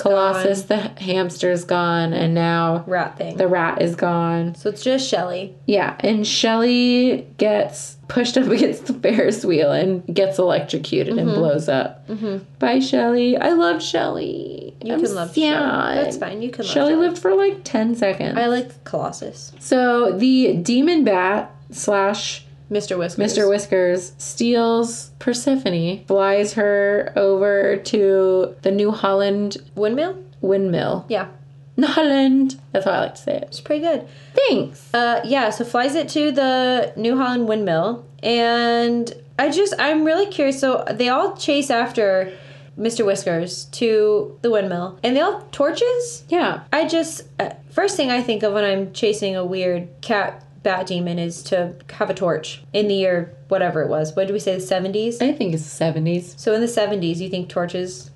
[SPEAKER 1] Colossus.
[SPEAKER 2] Colossus the hamster's gone, and now
[SPEAKER 1] Rat thing.
[SPEAKER 2] the rat is gone.
[SPEAKER 1] so it's just Shelly.
[SPEAKER 2] Yeah, and Shelly gets pushed up against the Ferris wheel and gets electrocuted and
[SPEAKER 1] Mm-hmm.
[SPEAKER 2] blows up. Bye, Shelly. I love Shelly.
[SPEAKER 1] You
[SPEAKER 2] I'm
[SPEAKER 1] can love Shelly.
[SPEAKER 2] sad.
[SPEAKER 1] That's fine. You can love
[SPEAKER 2] Shelly
[SPEAKER 1] Shelly.
[SPEAKER 2] lived for like 10 seconds.
[SPEAKER 1] I like Colossus.
[SPEAKER 2] so the demon bat slash
[SPEAKER 1] Mr. Whiskers.
[SPEAKER 2] Mr. Whiskers steals Persephone, flies her over to the New Holland
[SPEAKER 1] Windmill?
[SPEAKER 2] windmill.
[SPEAKER 1] Yeah.
[SPEAKER 2] New Holland. That's how I like to say it.
[SPEAKER 1] It's pretty good.
[SPEAKER 2] Thanks.
[SPEAKER 1] Uh, yeah, so flies it to the New Holland windmill. And I just, I'm really curious. So they all chase after Mr. Whiskers to the windmill. And they all have torches?
[SPEAKER 2] Yeah.
[SPEAKER 1] I just, uh, first thing I think of when I'm chasing a weird cat bat demon is to have a torch in the year, whatever it was. What did we say, the 70s?
[SPEAKER 2] I think it's the 70s.
[SPEAKER 1] So in the 70s, you think torches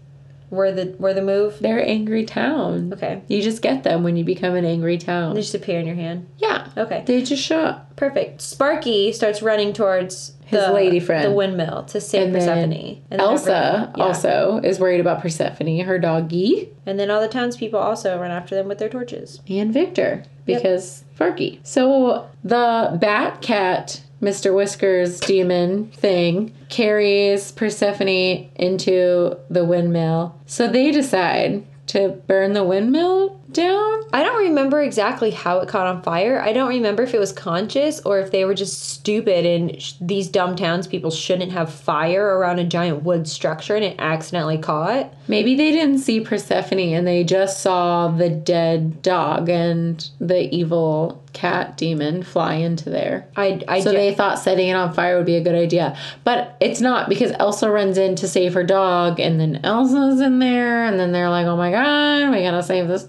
[SPEAKER 1] were the were the move?
[SPEAKER 2] They're angry town.
[SPEAKER 1] Okay.
[SPEAKER 2] You just get them when you become an angry
[SPEAKER 1] They
[SPEAKER 2] town.
[SPEAKER 1] just appear in your hand.
[SPEAKER 2] Yeah.
[SPEAKER 1] Okay.
[SPEAKER 2] They just show up.
[SPEAKER 1] Perfect. Sparky starts running towards
[SPEAKER 2] His lady friend.
[SPEAKER 1] the windmill, to save
[SPEAKER 2] And then
[SPEAKER 1] Persephone. And then
[SPEAKER 2] Elsa
[SPEAKER 1] everyone- yeah.
[SPEAKER 2] also is worried about Persephone, her doggy,
[SPEAKER 1] And then all the townspeople also run after them with their torches.
[SPEAKER 2] and Victor because Farky. So the Bat Cat, Mr. Whiskers demon thing, carries Persephone into the windmill. So they decide to burn the windmill down.
[SPEAKER 1] I don't remember exactly how it caught on fire. I don't remember if it was conscious or if they were just stupid and sh- these dumb townspeople shouldn't have fire around a giant wood structure and it accidentally caught.
[SPEAKER 2] Maybe they didn't see Persephone and they just saw the dead dog and the evil cat demon fly into there.
[SPEAKER 1] I, I
[SPEAKER 2] So
[SPEAKER 1] ju-
[SPEAKER 2] they thought setting it on fire would be a good idea. But it's not because Elsa runs in to save her dog and then Elsa's in there and then they're like, oh my god, we gotta save this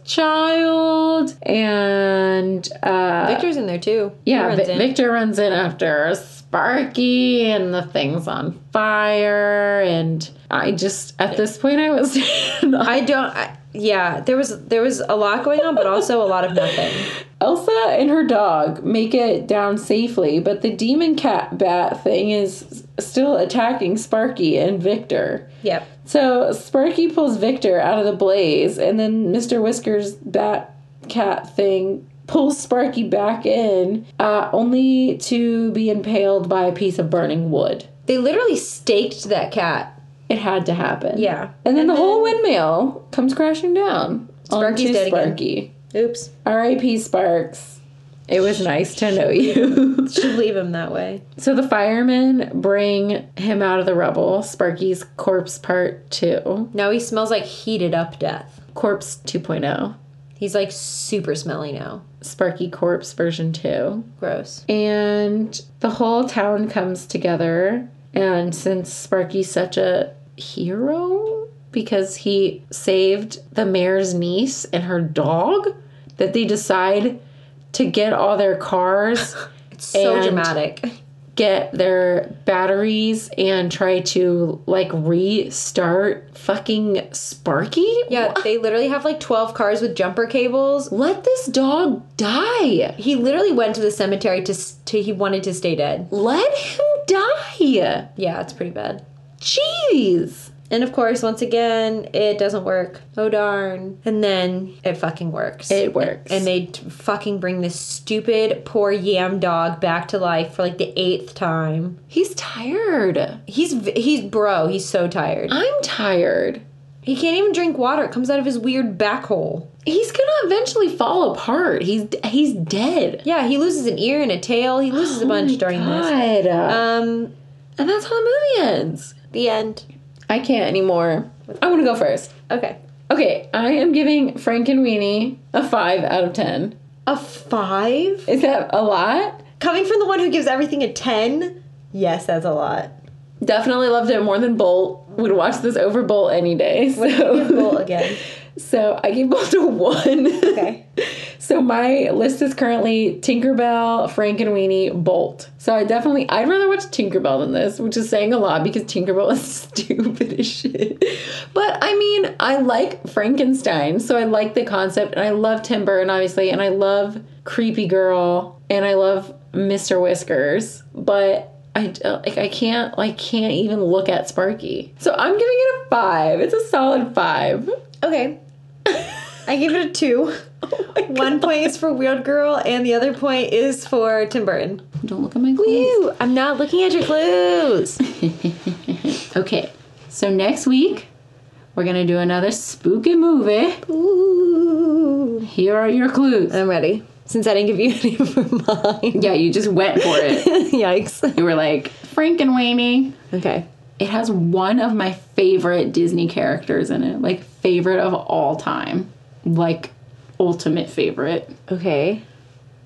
[SPEAKER 2] child. And uh,
[SPEAKER 1] Victor's in there too. He
[SPEAKER 2] yeah,
[SPEAKER 1] runs
[SPEAKER 2] Vi-
[SPEAKER 1] in.
[SPEAKER 2] Victor runs in after Sparky and the thing's on fire. And I just, at this point, I was.
[SPEAKER 1] I don't. I, yeah, there was there was a lot going on, but also a lot of nothing.
[SPEAKER 2] Elsa and her dog make it down safely, but the demon cat bat thing is s- still attacking Sparky and Victor.
[SPEAKER 1] Yep.
[SPEAKER 2] So Sparky pulls Victor out of the blaze, and then Mr. Whiskers' bat cat thing pulls Sparky back in, uh, only to be impaled by a piece of burning wood.
[SPEAKER 1] They literally staked that cat.
[SPEAKER 2] It had to happen.
[SPEAKER 1] Yeah.
[SPEAKER 2] And then the whole windmill comes crashing down.
[SPEAKER 1] Sparky's
[SPEAKER 2] onto
[SPEAKER 1] dead again.
[SPEAKER 2] Sparky.
[SPEAKER 1] Oops.
[SPEAKER 2] R.I.P. Sparks. It was nice to know you.
[SPEAKER 1] Should leave him that way.
[SPEAKER 2] so the firemen bring him out of the rubble, Sparky's corpse part 2,
[SPEAKER 1] Now he smells like heated up death.
[SPEAKER 2] corpse 2.0,
[SPEAKER 1] He's like super smelly now.
[SPEAKER 2] Sparky corpse version 2.
[SPEAKER 1] Gross.
[SPEAKER 2] And the whole town comes together. And since Sparky's such a hero because he saved the mayor's niece and her dog, that they decide to get all their cars
[SPEAKER 1] It's so
[SPEAKER 2] And-
[SPEAKER 1] dramatic.
[SPEAKER 2] get their batteries and try to like restart fucking Sparky?
[SPEAKER 1] Yeah, they literally have like 12 cars with jumper cables.
[SPEAKER 2] Let this dog die.
[SPEAKER 1] He literally went to the cemetery to, s- to he wanted to stay dead.
[SPEAKER 2] Let him die.
[SPEAKER 1] Yeah, it's pretty bad.
[SPEAKER 2] Jeez.
[SPEAKER 1] And of course, once again, it doesn't work. Oh darn. And then it fucking works.
[SPEAKER 2] It works.
[SPEAKER 1] and they t- fucking bring this stupid poor yam dog back to life for like the eighth time.
[SPEAKER 2] he's tired.
[SPEAKER 1] He's v- he's bro. He's so tired.
[SPEAKER 2] I'm tired.
[SPEAKER 1] He can't even drink water. It comes out of his weird back hole.
[SPEAKER 2] He's gonna eventually fall apart. He's he's dead.
[SPEAKER 1] Yeah, he loses an ear and a tail. He loses a bunch during this.
[SPEAKER 2] God.
[SPEAKER 1] Um,
[SPEAKER 2] and that's how the movie ends.
[SPEAKER 1] the end.
[SPEAKER 2] I can't anymore. I want to go first.
[SPEAKER 1] Okay,
[SPEAKER 2] Okay, I am giving Frank and Weenie a five out of ten.
[SPEAKER 1] a five
[SPEAKER 2] Is that a lot?
[SPEAKER 1] coming from the one who gives everything a ten. Yes, that's a lot.
[SPEAKER 2] Definitely loved it more than Bolt. Would watch this over Bolt any day. So,
[SPEAKER 1] Roll again.
[SPEAKER 2] so I gave Bolt a one.
[SPEAKER 1] Okay.
[SPEAKER 2] So my list is currently Tinkerbell, Frank and Weenie, Bolt. So I definitely I'd rather watch Tinkerbell than this, which is saying a lot because Tinkerbell is stupid as shit. But I mean, I like Frankenstein, so I like the concept and I love Tim Burton obviously, and I love Creepy Girl and I love Mr. Whiskers, but I d- like I can't I can't even look at Sparky. So I'm giving it a 5. It's a solid 5.
[SPEAKER 1] Okay. I gave it a two.
[SPEAKER 2] Oh my
[SPEAKER 1] One point is for Weird Girl, and the other point is for Tim Burton.
[SPEAKER 2] Don't look at my clues.
[SPEAKER 1] Ew, I'm not looking at your clues.
[SPEAKER 2] Okay, so next week we're gonna do another spooky movie.
[SPEAKER 1] Ooh.
[SPEAKER 2] Here are your clues.
[SPEAKER 1] I'm ready. Since I didn't give you any for mine.
[SPEAKER 2] Yeah, you just went for it.
[SPEAKER 1] Yikes.
[SPEAKER 2] you were like Frank and Weenie.
[SPEAKER 1] Okay.
[SPEAKER 2] It has one of my favorite Disney characters in it, like favorite of all time, like ultimate favorite.
[SPEAKER 1] Okay.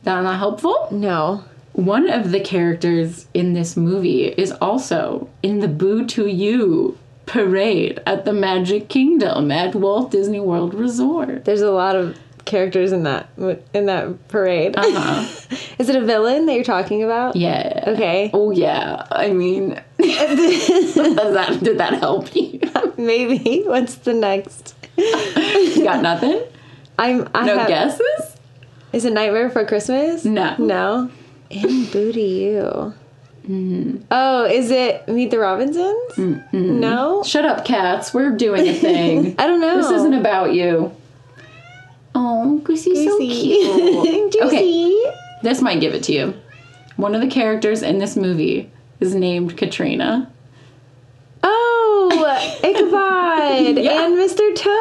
[SPEAKER 2] That not helpful?
[SPEAKER 1] No.
[SPEAKER 2] One of the characters in this movie is also in the Boo to You parade at the Magic Kingdom at Walt Disney World Resort.
[SPEAKER 1] There's a lot of characters in that in that parade.
[SPEAKER 2] Uh-huh.
[SPEAKER 1] Is it a villain that you're talking about?
[SPEAKER 2] Yeah.
[SPEAKER 1] Okay.
[SPEAKER 2] Oh yeah. I mean, does that did that help you?
[SPEAKER 1] Maybe. What's the next?
[SPEAKER 2] you got nothing?
[SPEAKER 1] I'm. I
[SPEAKER 2] No
[SPEAKER 1] have,
[SPEAKER 2] guesses?
[SPEAKER 1] Is it Nightmare Before Christmas?
[SPEAKER 2] No.
[SPEAKER 1] No. In booty you.
[SPEAKER 2] Mm-hmm.
[SPEAKER 1] Oh, is it Meet the Robinsons? No.
[SPEAKER 2] Shut up, cats. We're doing a thing.
[SPEAKER 1] I don't know.
[SPEAKER 2] this isn't about you. Oh, Goosey's so cute.
[SPEAKER 1] okay.
[SPEAKER 2] This might give it to you. One of the characters in this movie is named Katrina.
[SPEAKER 1] Oh, Ichabod
[SPEAKER 2] Yeah.
[SPEAKER 1] and Mr. Toad.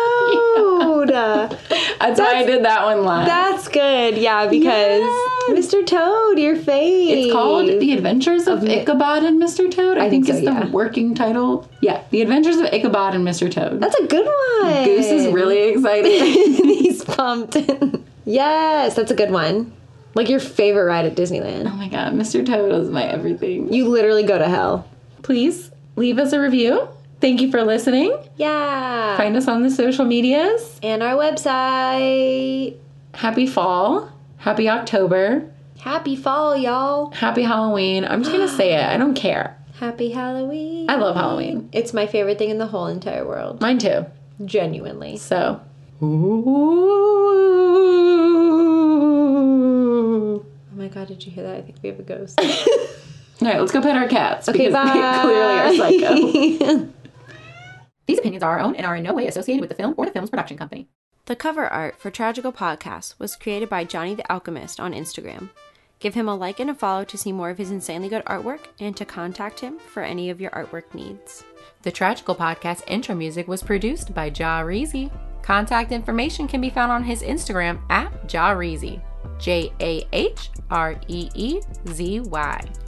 [SPEAKER 2] That's, why I did that one last.
[SPEAKER 1] That's good. Yeah, because
[SPEAKER 2] Yes.
[SPEAKER 1] Mr. Toad, your face.
[SPEAKER 2] It's called The Adventures of Ichabod and Mr. Toad. I,
[SPEAKER 1] think
[SPEAKER 2] think,
[SPEAKER 1] so,
[SPEAKER 2] it's
[SPEAKER 1] yeah.
[SPEAKER 2] the working title. Yeah, The Adventures of Ichabod and Mr. Toad.
[SPEAKER 1] That's a good one.
[SPEAKER 2] Goose is really excited.
[SPEAKER 1] He's pumped. yes, that's a good one. Like your favorite ride at Disneyland.
[SPEAKER 2] oh my god, Mr. Toad is my everything.
[SPEAKER 1] You literally go to hell.
[SPEAKER 2] Please leave us a review. Thank you for listening.
[SPEAKER 1] Yeah.
[SPEAKER 2] Find us on the social medias.
[SPEAKER 1] And our website.
[SPEAKER 2] Happy fall. Happy October.
[SPEAKER 1] Happy fall, y'all.
[SPEAKER 2] Happy Halloween. I'm just gonna say it. I don't care.
[SPEAKER 1] Happy Halloween.
[SPEAKER 2] I love Halloween.
[SPEAKER 1] It's my favorite thing in the whole entire world.
[SPEAKER 2] Mine too.
[SPEAKER 1] Genuinely.
[SPEAKER 2] So
[SPEAKER 1] Oh my god, did you hear that? I think we have a ghost.
[SPEAKER 2] All right, let's go pet our cats
[SPEAKER 1] Okay,
[SPEAKER 2] because
[SPEAKER 1] bye.
[SPEAKER 2] they clearly are psycho.
[SPEAKER 3] These opinions are our own and are in no way associated with the film or the film's production company.
[SPEAKER 4] The cover art for Tragical Podcast was created by Johnny the Alchemist on Instagram. Give him a like and a follow to see more of his insanely good artwork and to contact him for any of your artwork needs.
[SPEAKER 3] The Tragical Podcast intro music was produced by Ja Reezy. Contact information can be found on his Instagram at Ja Reezy. J A H R E E Z Y.